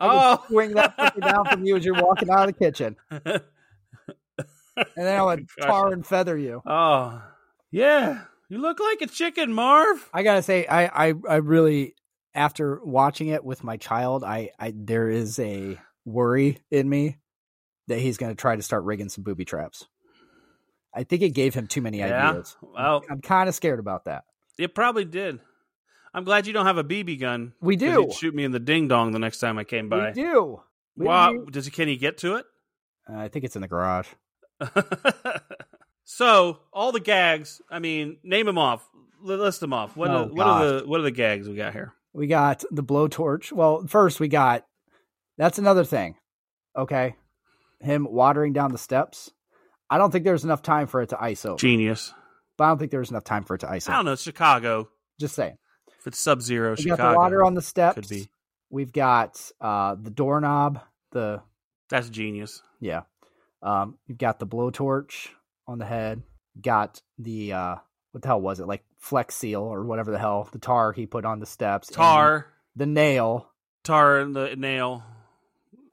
Speaker 1: Oh,
Speaker 3: Swing that fucking down from you as you're walking out of the kitchen. And then I would tar and feather you.
Speaker 1: oh, yeah. You look like a chicken, Marv.
Speaker 3: I gotta say, I, I, I really, after watching it with my child, I, I, there is a worry in me that he's gonna try to start rigging some booby traps. I think it gave him too many ideas.
Speaker 1: Well,
Speaker 3: I'm kind of scared about that.
Speaker 1: it probably did. I'm glad you don't have a BB gun.
Speaker 3: We
Speaker 1: 'cause
Speaker 3: do.
Speaker 1: You'd shoot me in the ding dong the next time I came by.
Speaker 3: We do. We
Speaker 1: Wow.
Speaker 3: do.
Speaker 1: Does he? Can he get to it?
Speaker 3: Uh, I think it's in the garage.
Speaker 1: so all the gags. I mean, name them off. L- list them off. What,
Speaker 3: Oh,
Speaker 1: are, what are the what are the gags we got here?
Speaker 3: We got the blowtorch. Well, first we got that's another thing. Okay, him watering down the steps. I don't think there's enough time for it to ISO.
Speaker 1: Genius.
Speaker 3: But I don't think there's enough time for it to
Speaker 1: I
Speaker 3: ISO.
Speaker 1: don't know. Chicago.
Speaker 3: Just saying.
Speaker 1: If it's sub zero,
Speaker 3: We
Speaker 1: Chicago
Speaker 3: got the water on the steps.
Speaker 1: could be.
Speaker 3: We've got uh, the doorknob. The
Speaker 1: That's genius.
Speaker 3: yeah. Um, you've got the blowtorch on the head. Got the uh, what the hell was it? Like Flex Seal or whatever the hell the tar he put on the steps. and
Speaker 1: Tar,
Speaker 3: The nail.
Speaker 1: tar, and the nail.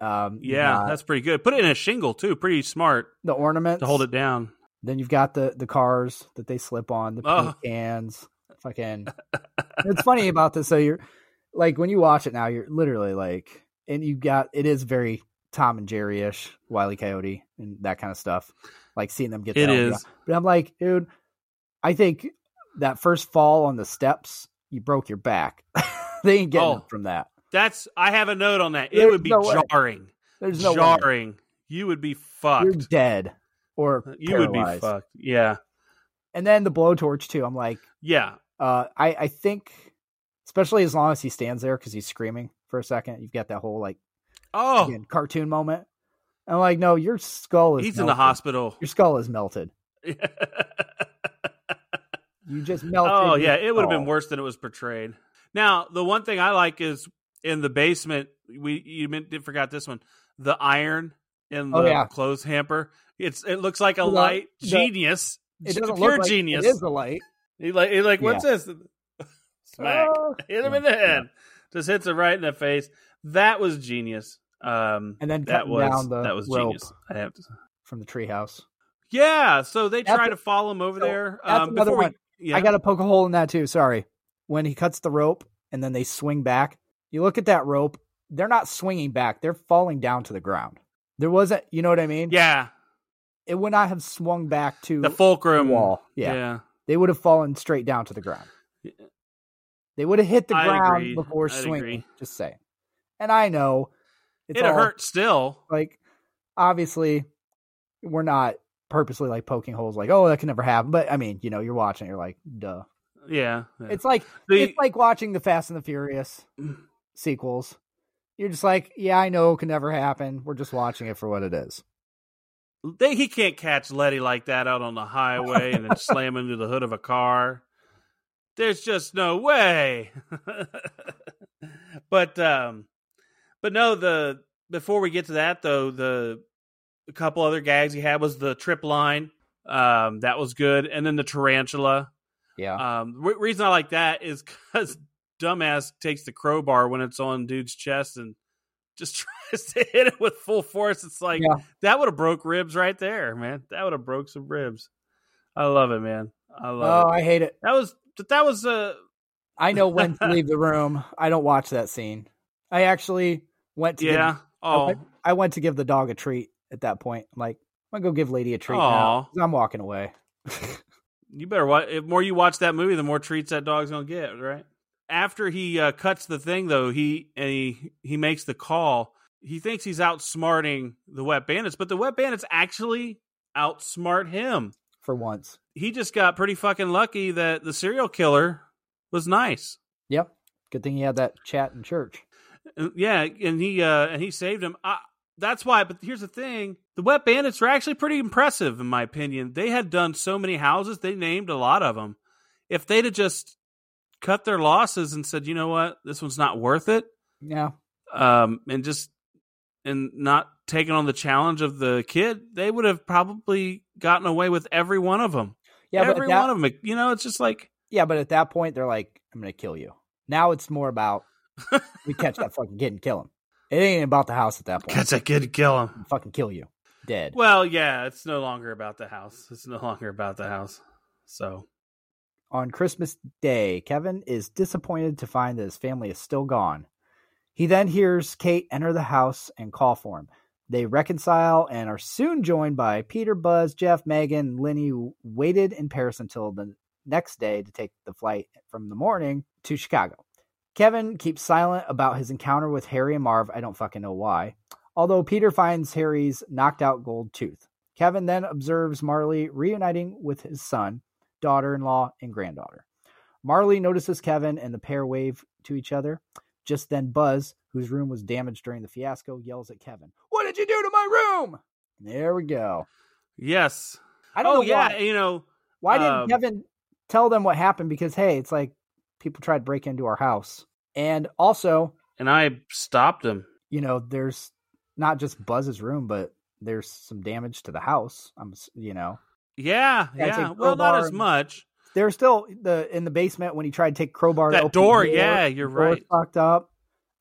Speaker 3: Um, you've
Speaker 1: Yeah,
Speaker 3: got
Speaker 1: that's pretty good. Put it in a shingle too. Pretty smart
Speaker 3: the ornaments
Speaker 1: to hold it down.
Speaker 3: Then you've got the the cars that they slip on, the
Speaker 1: Oh.
Speaker 3: paint cans. Fucking. it's funny about this. So you're like when you watch it now, you're literally like, and you got it is very Tom and Jerry ish, Wiley Coyote, and that kind of stuff. Like seeing them get
Speaker 1: It
Speaker 3: that
Speaker 1: is.
Speaker 3: But I'm like, dude, I think that first fall on the steps, you broke your back. they ain't getting
Speaker 1: Oh.
Speaker 3: up from that.
Speaker 1: That's. I have a note on that. It
Speaker 3: There's
Speaker 1: would be
Speaker 3: no way.
Speaker 1: jarring.
Speaker 3: There's no way.
Speaker 1: jarring. You would be fucked.
Speaker 3: You're dead or
Speaker 1: you would be
Speaker 3: paralyzed.
Speaker 1: fucked. Yeah.
Speaker 3: And then the blowtorch too. I'm like.
Speaker 1: Yeah.
Speaker 3: Uh, I I think, especially as long as he stands there because he's screaming for a second, you've got that whole like
Speaker 1: Oh,
Speaker 3: again, cartoon moment. I'm like, no, your skull is
Speaker 1: he's in
Speaker 3: melted.
Speaker 1: the hospital.
Speaker 3: Your skull is melted. You just melted.
Speaker 1: oh
Speaker 3: your
Speaker 1: yeah, it would have been
Speaker 3: skull.
Speaker 1: worse than it was portrayed. Now, the one thing I like is in the basement. We you meant, did forgot this one. The iron in the
Speaker 3: Oh, yeah.
Speaker 1: clothes hamper. It's it looks like a
Speaker 3: The-
Speaker 1: light
Speaker 3: the-
Speaker 1: genius.
Speaker 3: It doesn't
Speaker 1: pure
Speaker 3: look like
Speaker 1: genius.
Speaker 3: It is the light.
Speaker 1: He like he like what's this? Smack.
Speaker 3: Oh.
Speaker 1: Hit him in the
Speaker 3: Yeah.
Speaker 1: head. Just hits him right in the face. That was genius. Um
Speaker 3: And then
Speaker 1: that
Speaker 3: cutting
Speaker 1: was
Speaker 3: down the
Speaker 1: that was
Speaker 3: rope
Speaker 1: genius. I have to
Speaker 3: from the treehouse.
Speaker 1: Yeah, so they
Speaker 3: That's
Speaker 1: try
Speaker 3: a-
Speaker 1: to follow him over
Speaker 3: so
Speaker 1: there.
Speaker 3: that's
Speaker 1: Um,
Speaker 3: another
Speaker 1: before we,
Speaker 3: one.
Speaker 1: yeah.
Speaker 3: I got to poke a hole in that too. Sorry. When he cuts the rope and then they swing back, you look at that rope. They're not swinging back. They're falling down to the ground. There wasn't. You know what I mean?
Speaker 1: yeah,
Speaker 3: It would not have swung back to
Speaker 1: the fulcrum
Speaker 3: wall. Yeah.
Speaker 1: yeah.
Speaker 3: They would have fallen straight down to the ground. They would have hit the
Speaker 1: I'd
Speaker 3: ground
Speaker 1: agree.
Speaker 3: before
Speaker 1: I'd
Speaker 3: swinging.
Speaker 1: agree.
Speaker 3: Just saying. And I know it's
Speaker 1: It
Speaker 3: all,
Speaker 1: hurt still.
Speaker 3: Like, obviously, we're not purposely like poking holes. Like, oh, that can never happen. But I mean, you know, you're watching. it, You're like, duh.
Speaker 1: Yeah, yeah. Mm.
Speaker 3: It's like
Speaker 1: The-
Speaker 3: it's like watching the Fast and the Furious sequels. You're just like, yeah, I know it can never happen. We're just watching it for what it is.
Speaker 1: they, he can't catch Letty like that out on the highway and then slam into the hood of a car. There's just no way. but um, but no, the before we get to that though, the a couple other gags he had was the trip line. Um, that was good, and then the tarantula.
Speaker 3: Yeah.
Speaker 1: Um, re- reason I like that is because dumbass takes the crowbar when it's on dude's chest and just tries to hit it with full force. It's like
Speaker 3: Yeah.
Speaker 1: that would have broke ribs right there, man. That would have broke some ribs. I love it, man. I love
Speaker 3: oh,
Speaker 1: it.
Speaker 3: I hate it.
Speaker 1: That was but that was uh
Speaker 3: I know when to leave the room. I don't watch that scene. I actually went to give-
Speaker 1: yeah. Oh,
Speaker 3: Okay. I went to give the dog a treat at that point. I'm like, I'm gonna go give Lady a treat
Speaker 1: Aw.
Speaker 3: now. 'cause I'm walking away.
Speaker 1: you better watch. If more you watch that movie, the more treats that dog's gonna get, right? After he uh, cuts the thing, though, he and he he makes the call. He thinks he's outsmarting the wet bandits, but the wet bandits actually outsmart him.
Speaker 3: For once.
Speaker 1: He just got pretty fucking lucky that the serial killer was nice.
Speaker 3: Yep. Good thing he had that chat in church.
Speaker 1: And- yeah, and he uh, and he saved him. I, that's why. But here's the thing: the Wet Bandits were actually pretty impressive, in my opinion. They had done so many houses; they named a lot of them. If they'd have just cut their losses and said, "You know what, this one's not worth it,"
Speaker 3: Yeah.
Speaker 1: um, and just and not taking on the challenge of the kid, they would have probably gotten away with every one of them.
Speaker 3: Yeah, but
Speaker 1: every
Speaker 3: at that,
Speaker 1: one of them. You know, it's just like
Speaker 3: yeah, but at that point they're like, I'm gonna kill you. Now it's more about we catch that fucking kid and kill him. It ain't about the house at that point.
Speaker 1: catch that kid, and kill him.
Speaker 3: fucking kill you. Dead.
Speaker 1: Well, yeah, it's no longer about the house. It's no longer about the house. So
Speaker 3: On Christmas Day, Kevin is disappointed to find that his family is still gone. He then hears Kate enter the house and call for him. They reconcile and are soon joined by Peter, Buzz, Jeff, Megan, and Lenny, who waited in Paris until the next day to take the flight from the morning to Chicago. Kevin keeps silent about his encounter with Harry and Marv. I don't fucking know why. Although Peter finds Harry's knocked out gold tooth. Kevin then observes Marley reuniting with his son, daughter in law, and granddaughter. Marley notices Kevin and the pair wave to each other. Just then, Buzz, whose room was damaged during the fiasco, yells at Kevin, What did you do to my room? There we go.
Speaker 1: yes,
Speaker 3: I don't
Speaker 1: oh
Speaker 3: know
Speaker 1: yeah,
Speaker 3: why.
Speaker 1: you know,
Speaker 3: Why didn't
Speaker 1: Um,
Speaker 3: Kevin tell them what happened? Because hey, it's like people tried to break into our house. And also,
Speaker 1: and I stopped him.
Speaker 3: you know, there's not just Buzz's room, but there's some damage to the house. I'm, s- you know,
Speaker 1: Yeah,
Speaker 3: Yeah,
Speaker 1: yeah.
Speaker 3: it's like
Speaker 1: well, not
Speaker 3: crowbar
Speaker 1: as
Speaker 3: and-
Speaker 1: much.
Speaker 3: there's still the in the basement when he tried to take crowbar to
Speaker 1: That
Speaker 3: open the
Speaker 1: door, yeah, you're
Speaker 3: the door's
Speaker 1: right.
Speaker 3: Fucked up.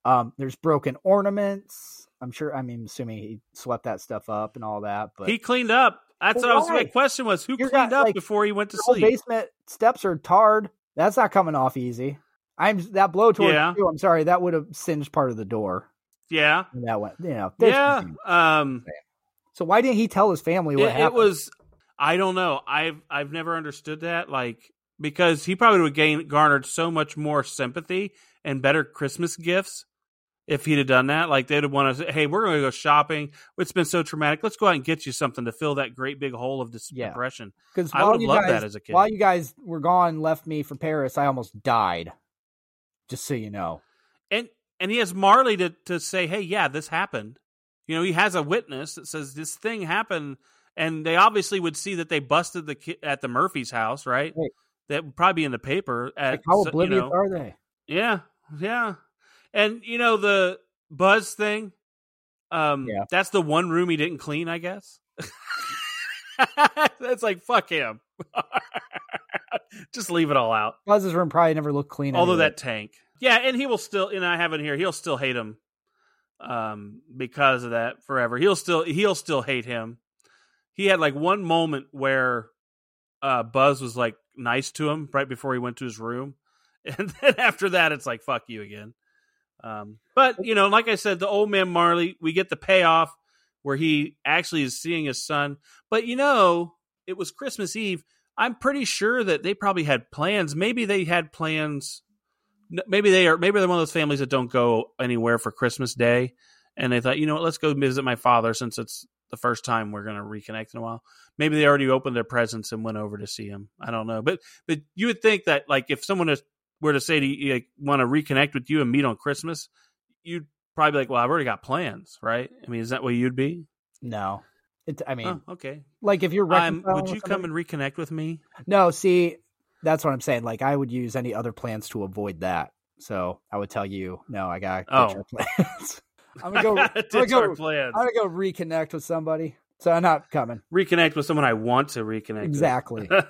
Speaker 3: Um, there's broken ornaments. I'm sure. I mean, assuming he swept that stuff up and all that, but
Speaker 1: He cleaned up. That's
Speaker 3: But
Speaker 1: what I was.
Speaker 3: why?
Speaker 1: My question was, who
Speaker 3: You're
Speaker 1: cleaned
Speaker 3: not,
Speaker 1: up
Speaker 3: like,
Speaker 1: before he went to
Speaker 3: your whole
Speaker 1: sleep?
Speaker 3: basement steps are tarred. That's not coming off easy. I'm that blowtorch.
Speaker 1: Yeah.
Speaker 3: Too, I'm sorry. That would have singed part of the door.
Speaker 1: yeah,
Speaker 3: when That went. You know. there's
Speaker 1: yeah.
Speaker 3: something.
Speaker 1: Um,
Speaker 3: So why didn't he tell his family
Speaker 1: it,
Speaker 3: what
Speaker 1: it
Speaker 3: happened?
Speaker 1: was. I don't know. I've I've never understood that. Like because he probably would have gain, garnered so much more sympathy and better Christmas gifts if he'd have done that. Like they'd have wanted to say, "Hey, we're going to go shopping. It's been so traumatic. Let's go out and get you something to fill that great big hole of dis-
Speaker 3: Yeah.
Speaker 1: depression."
Speaker 3: Because
Speaker 1: I would have loved that as a kid.
Speaker 3: While you guys were gone, left me for Paris. I almost died. Just so you know.
Speaker 1: and and he has Marley to to say, "Hey, yeah, this happened." You know, he has a witness that says this thing happened, and they obviously would see that they busted the ki- at the Murphy's house, right?
Speaker 3: Right.
Speaker 1: That would probably be in the paper. At,
Speaker 3: Like, how
Speaker 1: so-
Speaker 3: oblivious
Speaker 1: you know,
Speaker 3: are they?
Speaker 1: yeah, yeah, and you know the Buzz thing. Um,
Speaker 3: Yeah.
Speaker 1: that's the one room he didn't clean, I guess. that's like fuck him. Just leave it all out.
Speaker 3: Buzz's room probably never looked clean.
Speaker 1: Although
Speaker 3: anyway.
Speaker 1: that tank, yeah, and he will still, and I have it here. He'll still hate him, um, because of that forever. He'll still, he'll still hate him. He had like one moment where, uh, Buzz was like nice to him right before he went to his room, and then after that, it's like fuck you again. Um, but you know, like I said, the old man Marley, we get the payoff where he actually is seeing his son. But you know, it was Christmas Eve. I'm pretty sure that they probably had plans. Maybe they had plans. n- Maybe they are. Maybe they're one of those families that don't go anywhere for Christmas Day, and they thought, you know what, let's go visit my father since it's the first time we're going to reconnect in a while. Maybe they already opened their presents and went over to see him. I don't know, but but you would think that like if someone is, were to say to you, like, want to reconnect with you and meet on Christmas, you'd probably be like, well, I've already got plans, right? I mean, is that what you'd be?
Speaker 3: no, it's. I mean,
Speaker 1: Oh, okay.
Speaker 3: like if you're
Speaker 1: Um,
Speaker 3: reconciling
Speaker 1: would
Speaker 3: with
Speaker 1: you come
Speaker 3: somebody-
Speaker 1: and reconnect with me?
Speaker 3: No, see, that's what I'm saying. Like I would use any other plans to avoid that. So I would tell you, no, I got
Speaker 1: Oh.
Speaker 3: plans. I'm gonna go. I'm
Speaker 1: Ditch
Speaker 3: gonna go.
Speaker 1: our plans.
Speaker 3: I'm gonna go reconnect with somebody. So I'm not coming.
Speaker 1: reconnect with someone I want to reconnect.
Speaker 3: Exactly.
Speaker 1: With.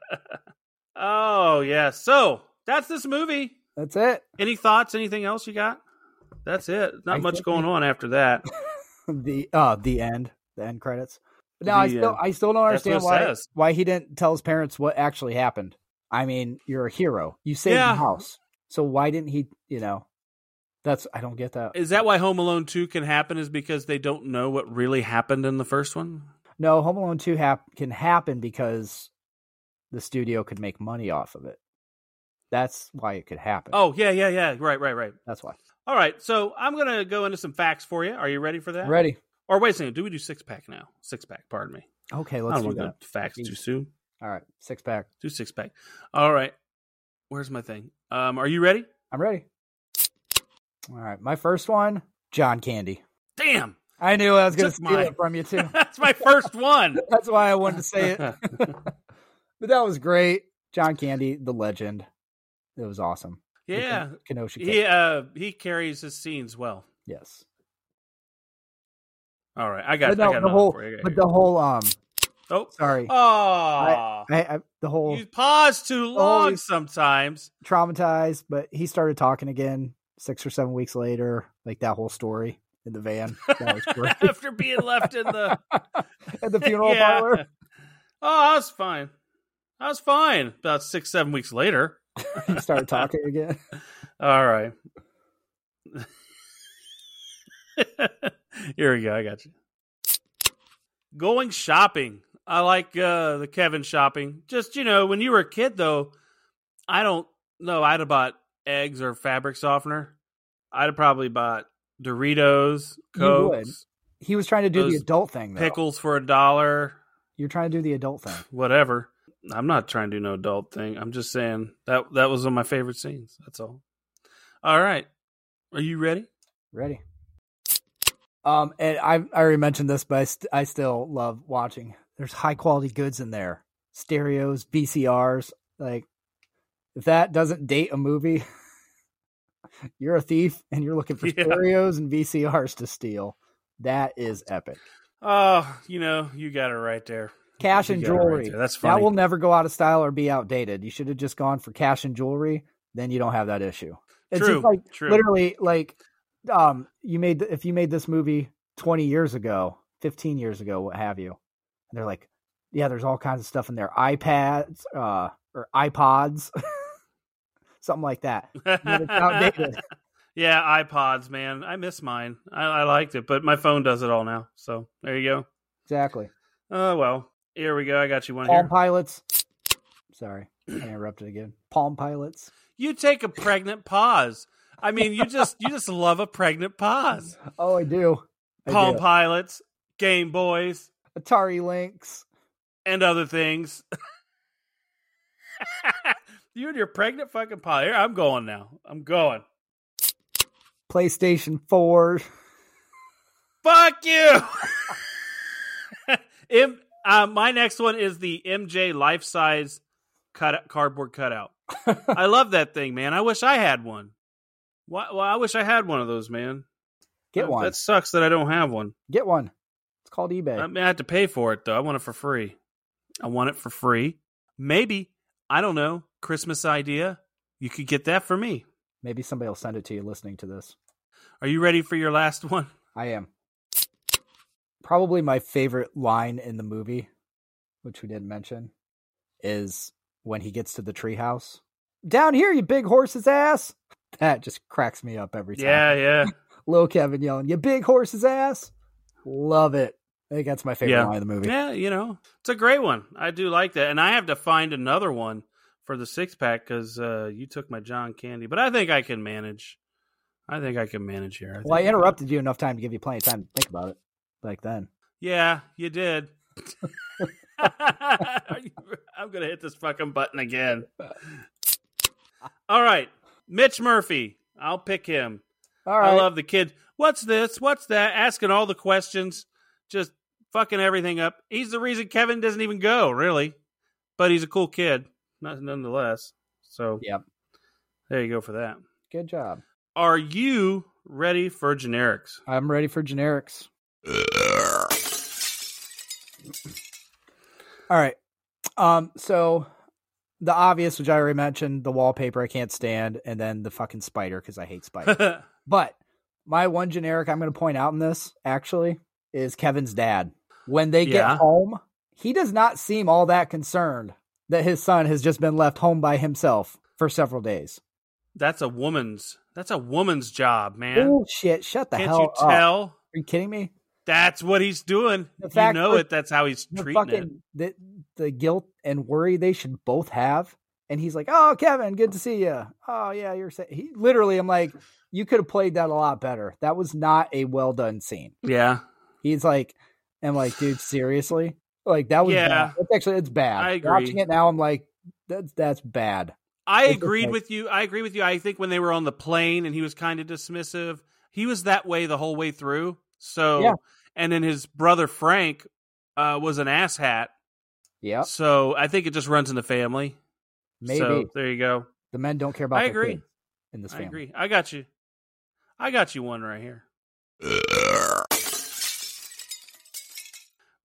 Speaker 1: oh yeah. So that's this movie.
Speaker 3: That's it.
Speaker 1: Any thoughts? Anything else you got? That's it. Not
Speaker 3: I
Speaker 1: much
Speaker 3: think-
Speaker 1: going on after that.
Speaker 3: the uh the end the end credits no i
Speaker 1: The,
Speaker 3: still
Speaker 1: uh,
Speaker 3: i still don't
Speaker 1: that's what
Speaker 3: understand
Speaker 1: it
Speaker 3: why
Speaker 1: says.
Speaker 3: why he didn't tell his parents what actually happened i mean you're a hero you saved
Speaker 1: Yeah.
Speaker 3: the house so why didn't he you know that's i don't get that
Speaker 1: Is that why Home Alone Two can happen? Is because they don't know what really happened in the first one?
Speaker 3: no home alone 2 hap- can happen because the studio could make money off of it that's why it could happen
Speaker 1: Oh yeah, yeah, yeah. Right, right, right.
Speaker 3: that's why
Speaker 1: All right. So I'm gonna go into some facts for you. Are you ready for that?
Speaker 3: ready
Speaker 1: Or wait a second. Do we do six pack now? Six pack. Pardon me.
Speaker 3: okay
Speaker 1: I
Speaker 3: let's
Speaker 1: don't
Speaker 3: do
Speaker 1: want to
Speaker 3: that
Speaker 1: go facts too
Speaker 3: Jeez.
Speaker 1: soon.
Speaker 3: all right six pack
Speaker 1: Do six pack. All right. Where's my thing? Um, are you ready?
Speaker 3: I'm ready. All right, my first one, John Candy.
Speaker 1: Damn,
Speaker 3: I knew I was going to
Speaker 1: Took
Speaker 3: steal
Speaker 1: mine.
Speaker 3: it from you too.
Speaker 1: that's my first one.
Speaker 3: That's why I wanted to say it. But that was great, John Candy, the legend. It was awesome. With the
Speaker 1: yeah,
Speaker 3: Kenosha. Kid.
Speaker 1: he uh he carries his scenes well.
Speaker 3: Yes,
Speaker 1: All right, I got,
Speaker 3: But no,
Speaker 1: I got
Speaker 3: the
Speaker 1: another
Speaker 3: whole-
Speaker 1: for you. I got
Speaker 3: but
Speaker 1: here.
Speaker 3: the whole um,
Speaker 1: oh,
Speaker 3: sorry,
Speaker 1: oh,
Speaker 3: I, I, the whole
Speaker 1: you pause
Speaker 3: Oh,
Speaker 1: too long
Speaker 3: he's-
Speaker 1: sometimes.
Speaker 3: traumatized, but he started talking again six or seven weeks later, like that whole story in the van. That was great.
Speaker 1: After being left in the
Speaker 3: At the funeral
Speaker 1: Yeah.
Speaker 3: parlor.
Speaker 1: Oh, I was fine. I was fine. About six, seven weeks later.
Speaker 3: He started talking again.
Speaker 1: All right. Here we go. I got you. Going shopping. I like uh, the Kevin shopping. Just, you know, when you were a kid, though, I don't know. I'd have bought eggs or fabric softener. I'd have probably bought Doritos,
Speaker 3: You would.
Speaker 1: Cokes,
Speaker 3: He was trying to do the
Speaker 1: Those
Speaker 3: adult thing, though.
Speaker 1: pickles for a dollar,
Speaker 3: You're trying to do the adult thing.
Speaker 1: whatever. I'm not trying to do no adult thing. I'm just saying that that was one of my favorite scenes. That's all. All right. Are you ready?
Speaker 3: Ready? Um, and I I already mentioned this, but I, st- I still love watching. There's high quality goods in there, stereos, VCRs. Like, if that doesn't date a movie, you're a thief, and you're looking for
Speaker 1: Yeah.
Speaker 3: stereos and VCRs to steal. That is epic.
Speaker 1: Oh, you know, you got it right there.
Speaker 3: Cash
Speaker 1: You
Speaker 3: and
Speaker 1: got it right
Speaker 3: jewelry.
Speaker 1: there. That's
Speaker 3: that
Speaker 1: funny.
Speaker 3: will never go out of style or be outdated. You should have just gone for cash and jewelry. Then you don't have that issue. It's
Speaker 1: true.
Speaker 3: just like
Speaker 1: true.
Speaker 3: literally like um you made th- if you made this movie 20 years ago 15 years ago what have you and they're like yeah there's all kinds of stuff in there ipads uh or ipods something like that but it's outdated.
Speaker 1: yeah, iPods, man. I miss mine. I, I liked it, but my phone does it all now. So there you go.
Speaker 3: exactly
Speaker 1: Oh well. Here we go. I got you one
Speaker 3: palm
Speaker 1: here.
Speaker 3: pilots sorry i interrupted again palm pilots
Speaker 1: You take a pregnant pause. I mean, you just you just love a pregnant pause.
Speaker 3: oh i do I
Speaker 1: Palm
Speaker 3: do.
Speaker 1: Pilots, Game Boys,
Speaker 3: atari lynx
Speaker 1: and other things. you and your pregnant fucking pie. Here, I'm going now. I'm going.
Speaker 3: playstation 4
Speaker 1: Fuck you. M- uh, my next one is the MJ life size cut cardboard cutout. I love that thing, man. I wish I had one. Why, well, I wish I had one of those, man.
Speaker 3: get
Speaker 1: That-
Speaker 3: one
Speaker 1: That sucks that I don't have one.
Speaker 3: get one it's called ebay
Speaker 1: I mean, I have to pay for it though. I want it for free. I want it for free. Maybe I don't know. Christmas idea. You could get that for me.
Speaker 3: maybe somebody will send it to you listening to this
Speaker 1: Are you ready for your last one?
Speaker 3: I am. Probably my favorite line in the movie, which we didn't mention, is when he gets to the treehouse. Down here, you big horse's ass. That just cracks me up every time.
Speaker 1: Yeah, yeah.
Speaker 3: Little Kevin yelling, you big horse's ass. Love it. I think that's my favorite
Speaker 1: Yeah.
Speaker 3: line of the movie.
Speaker 1: Yeah, you know, it's a great one. I do like that, and I have to find another one for the six pack because uh, you took my John Candy, but I think I can manage. I think I can manage here.
Speaker 3: Well, I
Speaker 1: think-
Speaker 3: interrupted you enough time to give you plenty of time to think about it back then.
Speaker 1: Yeah, you did. Are you- I'm gonna hit this fucking button again. All right, Mitch Murphy. I'll pick him.
Speaker 3: All right.
Speaker 1: I love the kid. What's this? What's that? Asking all the questions, just fucking everything up. He's the reason Kevin doesn't even go, really. But he's a cool kid, not nonetheless. So,
Speaker 3: Yep.
Speaker 1: there you go for that.
Speaker 3: Good job.
Speaker 1: Are you ready for generics?
Speaker 3: I'm ready for generics. All right. Um, so the obvious, which I already mentioned, the wallpaper I can't stand, and then the fucking spider because I hate spiders. but my one generic I'm going to point out in this actually is Kevin's dad. When they
Speaker 1: Yeah.
Speaker 3: get home, he does not seem all that concerned that his son has just been left home by himself for several days.
Speaker 1: that's a woman's. That's a woman's job, man.
Speaker 3: Bullshit! Shut the
Speaker 1: Can't
Speaker 3: hell
Speaker 1: you
Speaker 3: up! Are
Speaker 1: tell?
Speaker 3: you kidding me?
Speaker 1: That's what he's doing.
Speaker 3: The
Speaker 1: You
Speaker 3: fact
Speaker 1: know
Speaker 3: that-
Speaker 1: it. That's how he's
Speaker 3: the
Speaker 1: treating it.
Speaker 3: fucking the, the guilt and worry they should both have. And he's like, "Oh, Kevin, good to see you. Oh, yeah, you're." Sa-. He literally, I'm like, you could have played that a lot better. That was not a well done scene.
Speaker 1: Yeah,
Speaker 3: He's like, "I'm like, dude, seriously, like that was
Speaker 1: Yeah.
Speaker 3: bad. That's actually it's bad."
Speaker 1: I agree.
Speaker 3: Watching it now, I'm like, that's that's bad.
Speaker 1: I
Speaker 3: It's
Speaker 1: agreed
Speaker 3: okay.
Speaker 1: with you. I agree with you. I think when they were on the plane and he was kind of dismissive, he was that way the whole way through. So,
Speaker 3: Yeah.
Speaker 1: and then his brother Frank uh, was an asshat.
Speaker 3: Yep,
Speaker 1: So I think it just runs in the family.
Speaker 3: maybe
Speaker 1: So there you go.
Speaker 3: the men don't care about.
Speaker 1: I
Speaker 3: their
Speaker 1: agree.
Speaker 3: kids In this
Speaker 1: I
Speaker 3: family,
Speaker 1: agree. I got you. I got you one right here.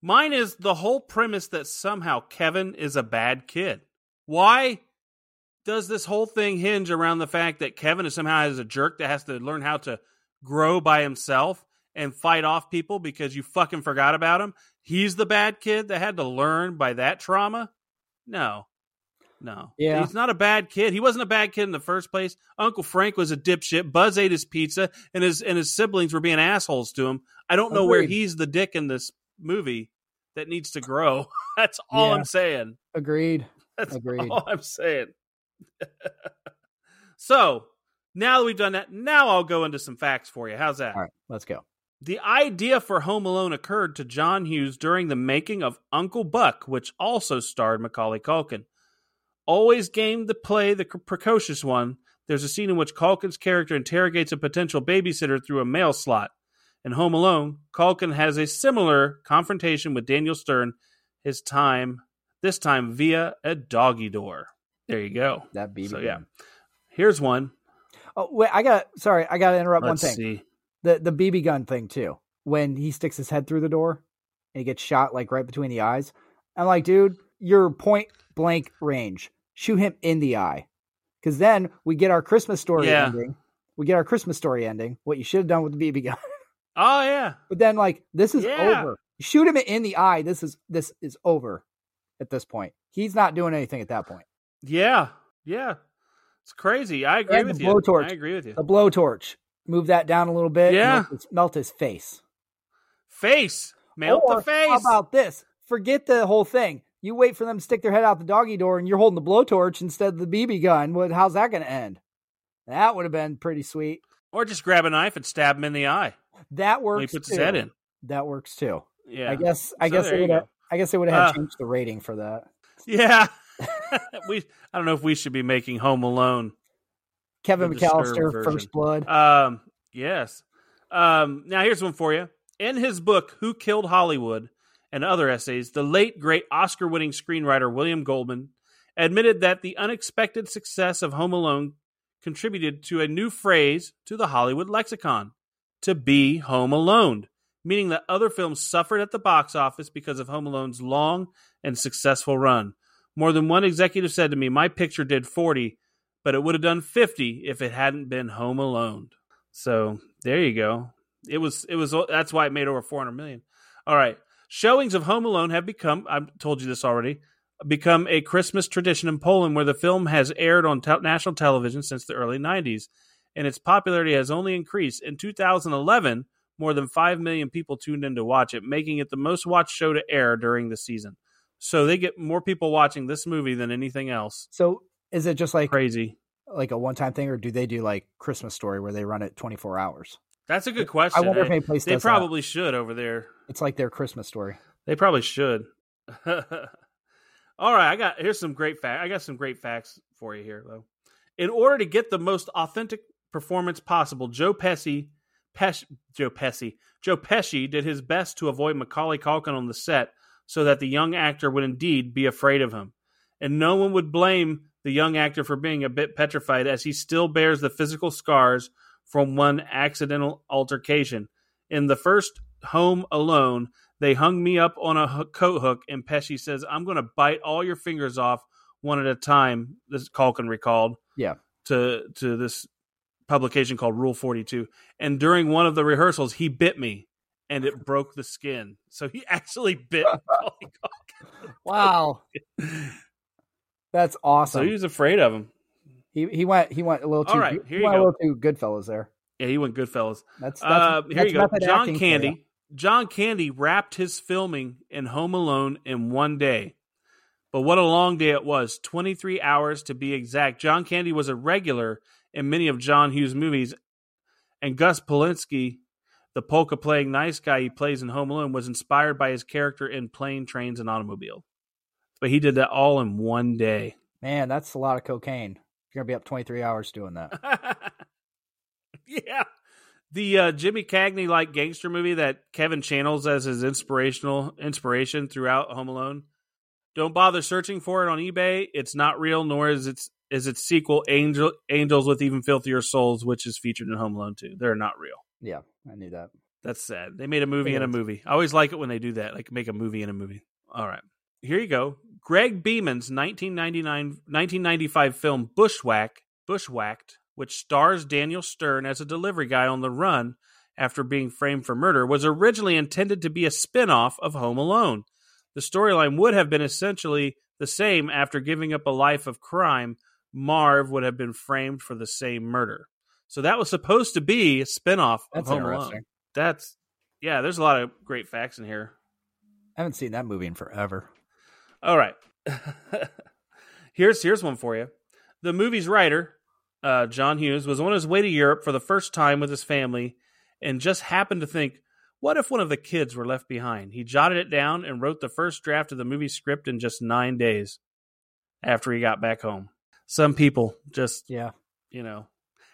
Speaker 1: Mine is the whole premise that somehow Kevin is a bad kid. Why does this whole thing hinge around the fact that Kevin is somehow is a jerk that has to learn how to grow by himself and fight off people because you fucking forgot about him? He's the bad kid that had to learn by that trauma? No. No.
Speaker 3: Yeah.
Speaker 1: He's not a bad kid. He wasn't a bad kid in the first place. Uncle Frank was a dipshit. Buzz ate his pizza and his and his siblings were being assholes to him. I don't know where
Speaker 3: Agreed.
Speaker 1: he's the dick in this movie that needs to grow. That's all
Speaker 3: Yeah.
Speaker 1: I'm saying.
Speaker 3: agreed.
Speaker 1: That's
Speaker 3: Agreed.
Speaker 1: all I'm saying. so now that we've done that, now I'll go into some facts for you. How's that?
Speaker 3: All right, let's go.
Speaker 1: The idea for Home Alone occurred to John Hughes during the making of Uncle Buck, which also starred Macaulay Culkin. Always game to play the c- precocious one, there's a scene in which Culkin's character interrogates a potential babysitter through a mail slot. In Home Alone, Culkin has a similar confrontation with Daniel Stern, his time, this time via a doggy door. There you go.
Speaker 3: That BB.
Speaker 1: So,
Speaker 3: gun.
Speaker 1: yeah. Here's one.
Speaker 3: Oh wait, I got sorry. I got to interrupt
Speaker 1: Let's
Speaker 3: one thing.
Speaker 1: see.
Speaker 3: The the BB gun thing too. When he sticks his head through the door and he gets shot like right between the eyes, I'm like, dude, you're point blank range. Shoot him in the eye, because then we get our Christmas story
Speaker 1: Yeah.
Speaker 3: ending. We get our Christmas story ending. What you should have done with the BB gun.
Speaker 1: Oh, yeah.
Speaker 3: But then, like, this is
Speaker 1: Yeah.
Speaker 3: over. Shoot him in the eye. This is this is over. At this point, he's not doing anything. At that point,
Speaker 1: Yeah, yeah, it's crazy. I agree
Speaker 3: And the
Speaker 1: with you.
Speaker 3: blowtorch.
Speaker 1: I agree with you.
Speaker 3: the blowtorch. Move that down a little bit.
Speaker 1: Yeah.
Speaker 3: melt his- melt his face.
Speaker 1: Face, melt
Speaker 3: Or
Speaker 1: the face.
Speaker 3: How about this? Forget the whole thing. You wait for them to stick their head out the doggy door, and you're holding the blowtorch instead of the BB gun. What? How's that going to end? That would have been pretty sweet.
Speaker 1: or just grab a knife and stab him in the eye
Speaker 3: That works.
Speaker 1: when he puts
Speaker 3: too.
Speaker 1: his head in.
Speaker 3: That works too.
Speaker 1: Yeah,
Speaker 3: I guess. I
Speaker 1: So
Speaker 3: guess
Speaker 1: there
Speaker 3: they
Speaker 1: you
Speaker 3: would have.
Speaker 1: go.
Speaker 3: I guess they would have
Speaker 1: Uh,
Speaker 3: changed the rating for that.
Speaker 1: yeah. we, I don't know if we should be making Home Alone.
Speaker 3: Kevin
Speaker 1: the Disturbed
Speaker 3: McAllister,
Speaker 1: version.
Speaker 3: First Blood.
Speaker 1: Um, yes. Um, now here's one for you. In his book, Who Killed Hollywood and Other Essays, the late great Oscar winning screenwriter William Goldman admitted that the unexpected success of Home Alone contributed to a new phrase to the Hollywood lexicon to be home alone, meaning that other films suffered at the box office because of Home Alone's long and successful run. More than one executive said to me, My picture did 40, but it would have done 50 if it hadn't been Home Alone. So there you go. It was it was that's why it made over 400 million. All right. Showings of Home Alone have become I've told you this already, become a Christmas tradition in Poland where the film has aired on te- national television since the early 90s and its popularity has only increased. In 2011, more than 5 million people tuned in to watch it, making it the most watched show to air during the season. So they get more people watching this movie than anything else.
Speaker 3: So is it just like
Speaker 1: Crazy.
Speaker 3: like a one time thing, or do they do like Christmas Story where they run it 24 hours?
Speaker 1: That's a good question.
Speaker 3: I wonder if
Speaker 1: I-
Speaker 3: any place
Speaker 1: they
Speaker 3: does that.
Speaker 1: probably should over there.
Speaker 3: It's like their Christmas Story.
Speaker 1: They probably should. All right, I got here's some great fact. I got some great facts for you here though. In order to get the most authentic performance possible, Joe Pesci, Pesci Joe Pesci, Joe Pesci did his best to avoid Macaulay Culkin on the set so that the young actor would indeed be afraid of him. And no one would blame the young actor for being a bit petrified as he still bears the physical scars from one accidental altercation. In the first Home Alone, they hung me up on a hook, coat hook, and Pesci says, I'm going to bite all your fingers off one at a time. This Calkin recalled.
Speaker 3: Yeah.
Speaker 1: To, to this publication called Rule 42. And during one of the rehearsals, he bit me and it broke the skin. So he actually bit Macaulay
Speaker 3: Wow,
Speaker 1: Culkin.
Speaker 3: that's
Speaker 1: So
Speaker 3: awesome.
Speaker 1: he was afraid of him.
Speaker 3: He he went he went a little
Speaker 1: All
Speaker 3: too
Speaker 1: right,
Speaker 3: he
Speaker 1: here you
Speaker 3: went a
Speaker 1: go.
Speaker 3: little too Goodfellas there.
Speaker 1: Yeah, he went Goodfellas.
Speaker 3: That's, that's
Speaker 1: Uh, here
Speaker 3: that's
Speaker 1: you go.
Speaker 3: method acting
Speaker 1: John
Speaker 3: for ya.
Speaker 1: Candy. John Candy wrapped his filming in Home Alone in one day. But what a long day it was 23 hours to be exact. John Candy was a regular in many of John Hughes' movies, and Gus Polinski, the polka playing nice guy he plays in Home Alone, was inspired by his character in Plane, Trains, and Automobile. But he did that all in one day.
Speaker 3: Man, that's a lot of cocaine. You're gonna be up 23 hours doing that.
Speaker 1: yeah. The uh, Jimmy Cagney like gangster movie that Kevin channels as his inspirational inspiration throughout Home Alone. Don't bother searching for it on eBay. It's not real, nor is its is its sequel Angel Angels with Even Filthier Souls, which is featured in Home Alone 2. They're not real.
Speaker 3: Yeah, I knew that.
Speaker 1: That's sad. They made a movie in a
Speaker 3: Yes.
Speaker 1: movie. I always like it when they do that, like make a movie in a movie. All right. Here you go. Greg Beeman's 1999 1995 film Bushwhack, Bushwhacked, which stars Daniel Stern as a delivery guy on the run after being framed for murder, was originally intended to be a spin-off of Home Alone. The storyline would have been essentially the same after giving up a life of crime. Marv would have been framed for the same murder. So that was supposed to be a spinoff of
Speaker 3: That's
Speaker 1: Home
Speaker 3: interesting.
Speaker 1: Alone. That's yeah, there's a lot of great facts in here.
Speaker 3: I haven't seen that movie in forever.
Speaker 1: All right. here's here's one for you. The movie's writer, uh, John Hughes, was on his way to Europe for the first time with his family and just happened to think, what if one of the kids were left behind? He jotted it down and wrote the first draft of the movie script in just nine days after he got back home. Some people just
Speaker 3: Yeah,
Speaker 1: you know,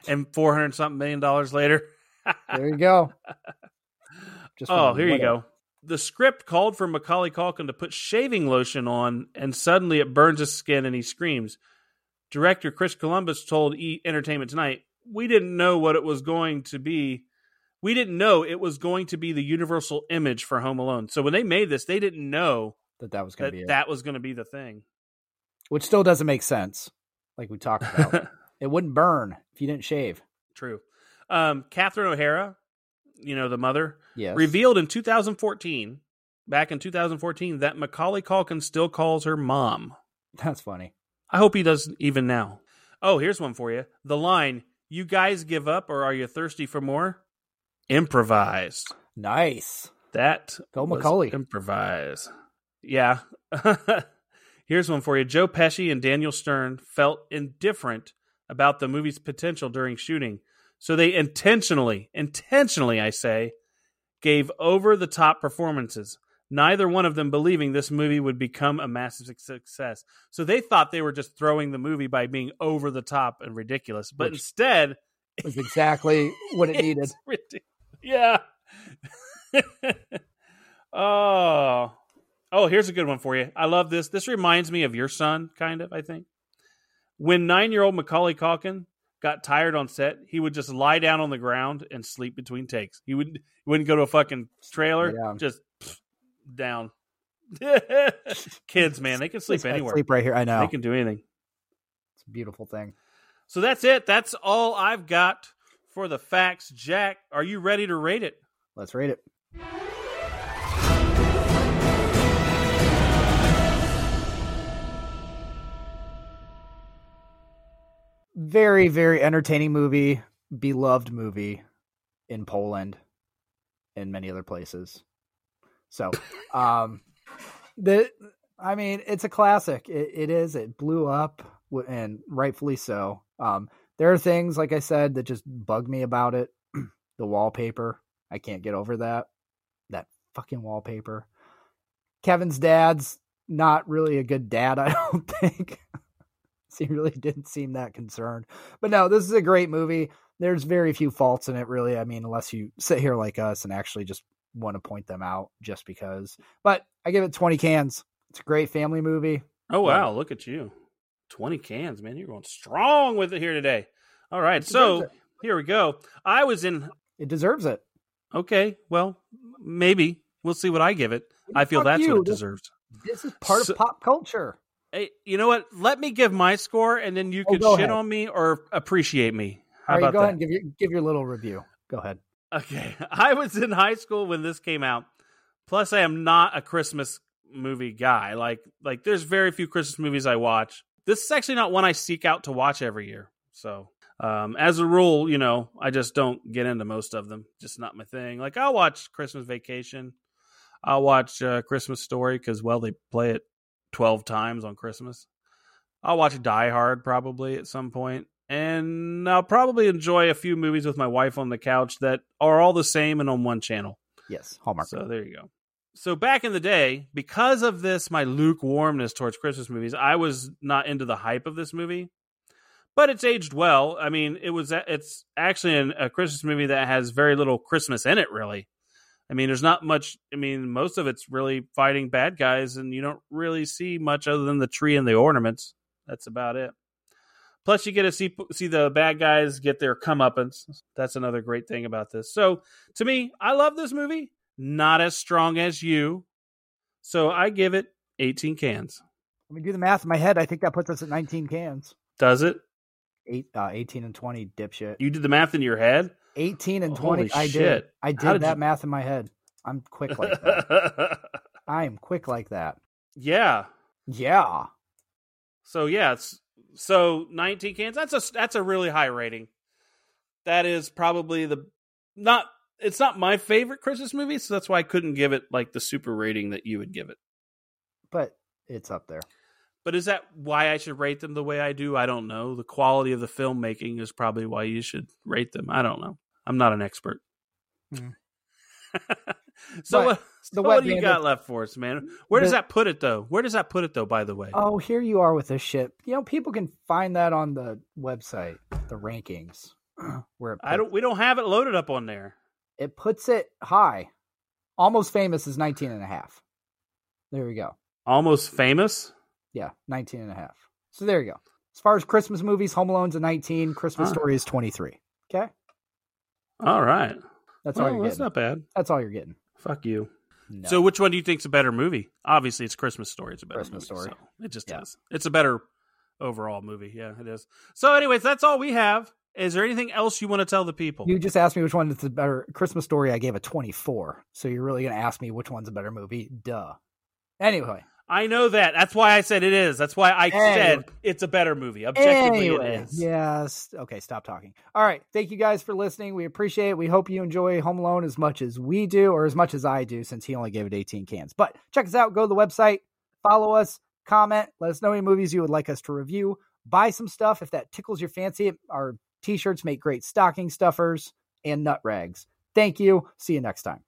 Speaker 1: and four hundred something million dollars later.
Speaker 3: there you go. Just
Speaker 1: oh, here
Speaker 3: wondering
Speaker 1: you
Speaker 3: what
Speaker 1: go.
Speaker 3: it-
Speaker 1: The script called for Macaulay Culkin to put shaving lotion on, and suddenly it burns his skin and he screams. Director Chris Columbus told E Entertainment Tonight, "We didn't know what it was going to be. We didn't know it was going to be the universal image for Home Alone. So when they made this, they didn't know
Speaker 3: That that was gonna
Speaker 1: that
Speaker 3: be it.
Speaker 1: that was going to be the thing."
Speaker 3: which still doesn't make sense. Like we talked about, it wouldn't burn if you didn't shave.
Speaker 1: True. Um, Catherine O'Hara, you know the mother,
Speaker 3: Yes.
Speaker 1: revealed in 2014, back in 2014, that Macaulay Culkin still calls her mom.
Speaker 3: That's funny.
Speaker 1: I hope he doesn't even now. Oh, here's one for you. The line, "You guys give up or are you thirsty for more?" Improvised.
Speaker 3: Nice.
Speaker 1: That
Speaker 3: Go
Speaker 1: was
Speaker 3: Macaulay.
Speaker 1: Improvise. Yeah. Here's one for you. Joe Pesci and Daniel Stern felt indifferent about the movie's potential during shooting, so they intentionally, intentionally, I say, gave over the top performances. Neither one of them believing this movie would become a massive suc- success. So they thought they were just throwing the movie by being over the top and ridiculous, but
Speaker 3: Which-
Speaker 1: instead,
Speaker 3: It was exactly what it needed.
Speaker 1: it's ridic- Yeah. oh. Oh, here's a good one for you. I love this. This reminds me of your son, kind of, I think. When nine year old Macaulay Calkin got tired on set, he would just lie down on the ground and sleep between takes. He would he wouldn't go to a fucking trailer,
Speaker 3: Yeah.
Speaker 1: just pff, down. Kids, man, they can sleep
Speaker 3: I
Speaker 1: anywhere.
Speaker 3: Sleep right here. I know.
Speaker 1: They can do anything.
Speaker 3: It's a beautiful thing.
Speaker 1: So that's it. That's all I've got for the facts. Jack, are you ready to rate it?
Speaker 3: Let's rate it. Very, very entertaining movie, beloved movie in Poland and many other places. So, um, the I mean, it's a classic. It, it is. It blew up, w- and rightfully so. Um, there are things, like I said, that just bug me about it. the wallpaper, I can't get over that. That fucking wallpaper. Kevin's dad's not really a good dad, I don't think. he really didn't seem that concerned. But no, this is a great movie. There's very few faults in it, really. I mean, unless you sit here like us and actually just want to point them out just because. But I give it 20 cans. It's a great family movie.
Speaker 1: Oh
Speaker 3: Love
Speaker 1: wow, look at you. 20 cans, man. You're going strong with it here today. All right. So,
Speaker 3: deserves
Speaker 1: here we go. I was in
Speaker 3: It deserves it.
Speaker 1: okay, well, maybe we'll see what I give it. I feel
Speaker 3: Fuck
Speaker 1: that's what
Speaker 3: you.
Speaker 1: it deserves.
Speaker 3: This is part
Speaker 1: So-
Speaker 3: of pop culture.
Speaker 1: Hey, you know what? Let me give my score and then you
Speaker 3: Oh,
Speaker 1: can
Speaker 3: go
Speaker 1: shit
Speaker 3: ahead.
Speaker 1: on me or appreciate me. How
Speaker 3: All right,
Speaker 1: about
Speaker 3: go
Speaker 1: that?
Speaker 3: ahead and give your give your little review. Go ahead.
Speaker 1: Okay. I was in high school when this came out. Plus I am not a Christmas movie guy. Like like there's very few Christmas movies I watch. This is actually not one I seek out to watch every year. So, um as a rule, you know, I just don't get into most of them. Just not my thing. Like I'll watch Christmas Vacation. I'll watch uh, Christmas Story cuz well they play it 12 times on Christmas. I'll watch Die Hard probably at some point, and I'll probably enjoy a few movies with my wife on the couch that are all the same and on one channel.
Speaker 3: Yes, Hallmark.
Speaker 1: So there you go. So back in the day, because of this, my lukewarmness towards Christmas movies, I was not into the hype of this movie. but it's aged well. I mean, it was it's actually an, a Christmas movie that has very little Christmas in it, really. I mean, there's not much. I mean, most of it's really fighting bad guys, and you don't really see much other than the tree and the ornaments. That's about it. Plus, you get to see see the bad guys get their comeuppance. That's another great thing about this. So, to me, I love this movie. Not as strong as you, so I give it 18 cans.
Speaker 3: Let me do the math in my head. I think that puts us at 19 cans.
Speaker 1: Does it?
Speaker 3: Eight, uh, 18 and 20, dipshit.
Speaker 1: You did the math in your head.
Speaker 3: 18 and
Speaker 1: Oh,
Speaker 3: 20.
Speaker 1: holy
Speaker 3: I did.
Speaker 1: shit.
Speaker 3: I
Speaker 1: How
Speaker 3: did
Speaker 1: did
Speaker 3: that
Speaker 1: you-
Speaker 3: math in my head. I'm quick like that. I am quick like that.
Speaker 1: yeah.
Speaker 3: Yeah.
Speaker 1: So yeah, it's, so 19 cans. That's a that's a really high rating. That is probably the not it's not my favorite Christmas movie, so that's why I couldn't give it like the super rating that you would give it.
Speaker 3: But it's up there.
Speaker 1: But is that why I should rate them the way I do? I don't know. The quality of the filmmaking is probably why you should rate them. I don't know. I'm not an expert.
Speaker 3: Hmm.
Speaker 1: so
Speaker 3: But
Speaker 1: what, so
Speaker 3: the
Speaker 1: what
Speaker 3: wet
Speaker 1: do you
Speaker 3: bandit-
Speaker 1: got left for us, man? Where does
Speaker 3: the-
Speaker 1: that put it though? Where does that put it though? By the way,
Speaker 3: Oh, here you are with this shit. You know, people can find that on the website, the rankings. Where it
Speaker 1: I don't. We don't have it loaded up on there.
Speaker 3: it puts it high. Almost famous is 19 and a half. There we go.
Speaker 1: Almost famous.
Speaker 3: Yeah, 19 and a half. So there you go. As far as Christmas movies, Home Alone's a 19, Christmas
Speaker 1: Huh.
Speaker 3: Story is 23. Okay?
Speaker 1: All right.
Speaker 3: That's all
Speaker 1: well,
Speaker 3: you're
Speaker 1: that's
Speaker 3: getting.
Speaker 1: not bad.
Speaker 3: That's all you're getting.
Speaker 1: Fuck you.
Speaker 3: No.
Speaker 1: Oh, So, which one do you think's a better movie? Obviously, it's Christmas Story. It's a better
Speaker 3: Christmas
Speaker 1: movie,
Speaker 3: Story.
Speaker 1: so it just
Speaker 3: Yeah.
Speaker 1: is. It's a better overall movie. Yeah, it is. So, anyways, that's all we have. Is there anything else you want to tell the people?
Speaker 3: you just asked me which one is the better Christmas Story. I gave a 24. So you're really going to ask me which one's a better movie? Duh. Anyway,
Speaker 1: I know that. That's why I said it is. That's why I
Speaker 3: Anyway.
Speaker 1: said it's a better movie. Objectively,
Speaker 3: anyway,
Speaker 1: it is.
Speaker 3: yes. Okay, stop talking. All right, thank you guys for listening. We appreciate it. We hope you enjoy Home Alone as much as we do, or as much as I do, since he only gave it 18 cans. But check us out. Go to the website, follow us, comment, let us know any movies you would like us to review. Buy some stuff if that tickles your fancy. Our t-shirts make great stocking stuffers and nut rags. Thank you. See you next time.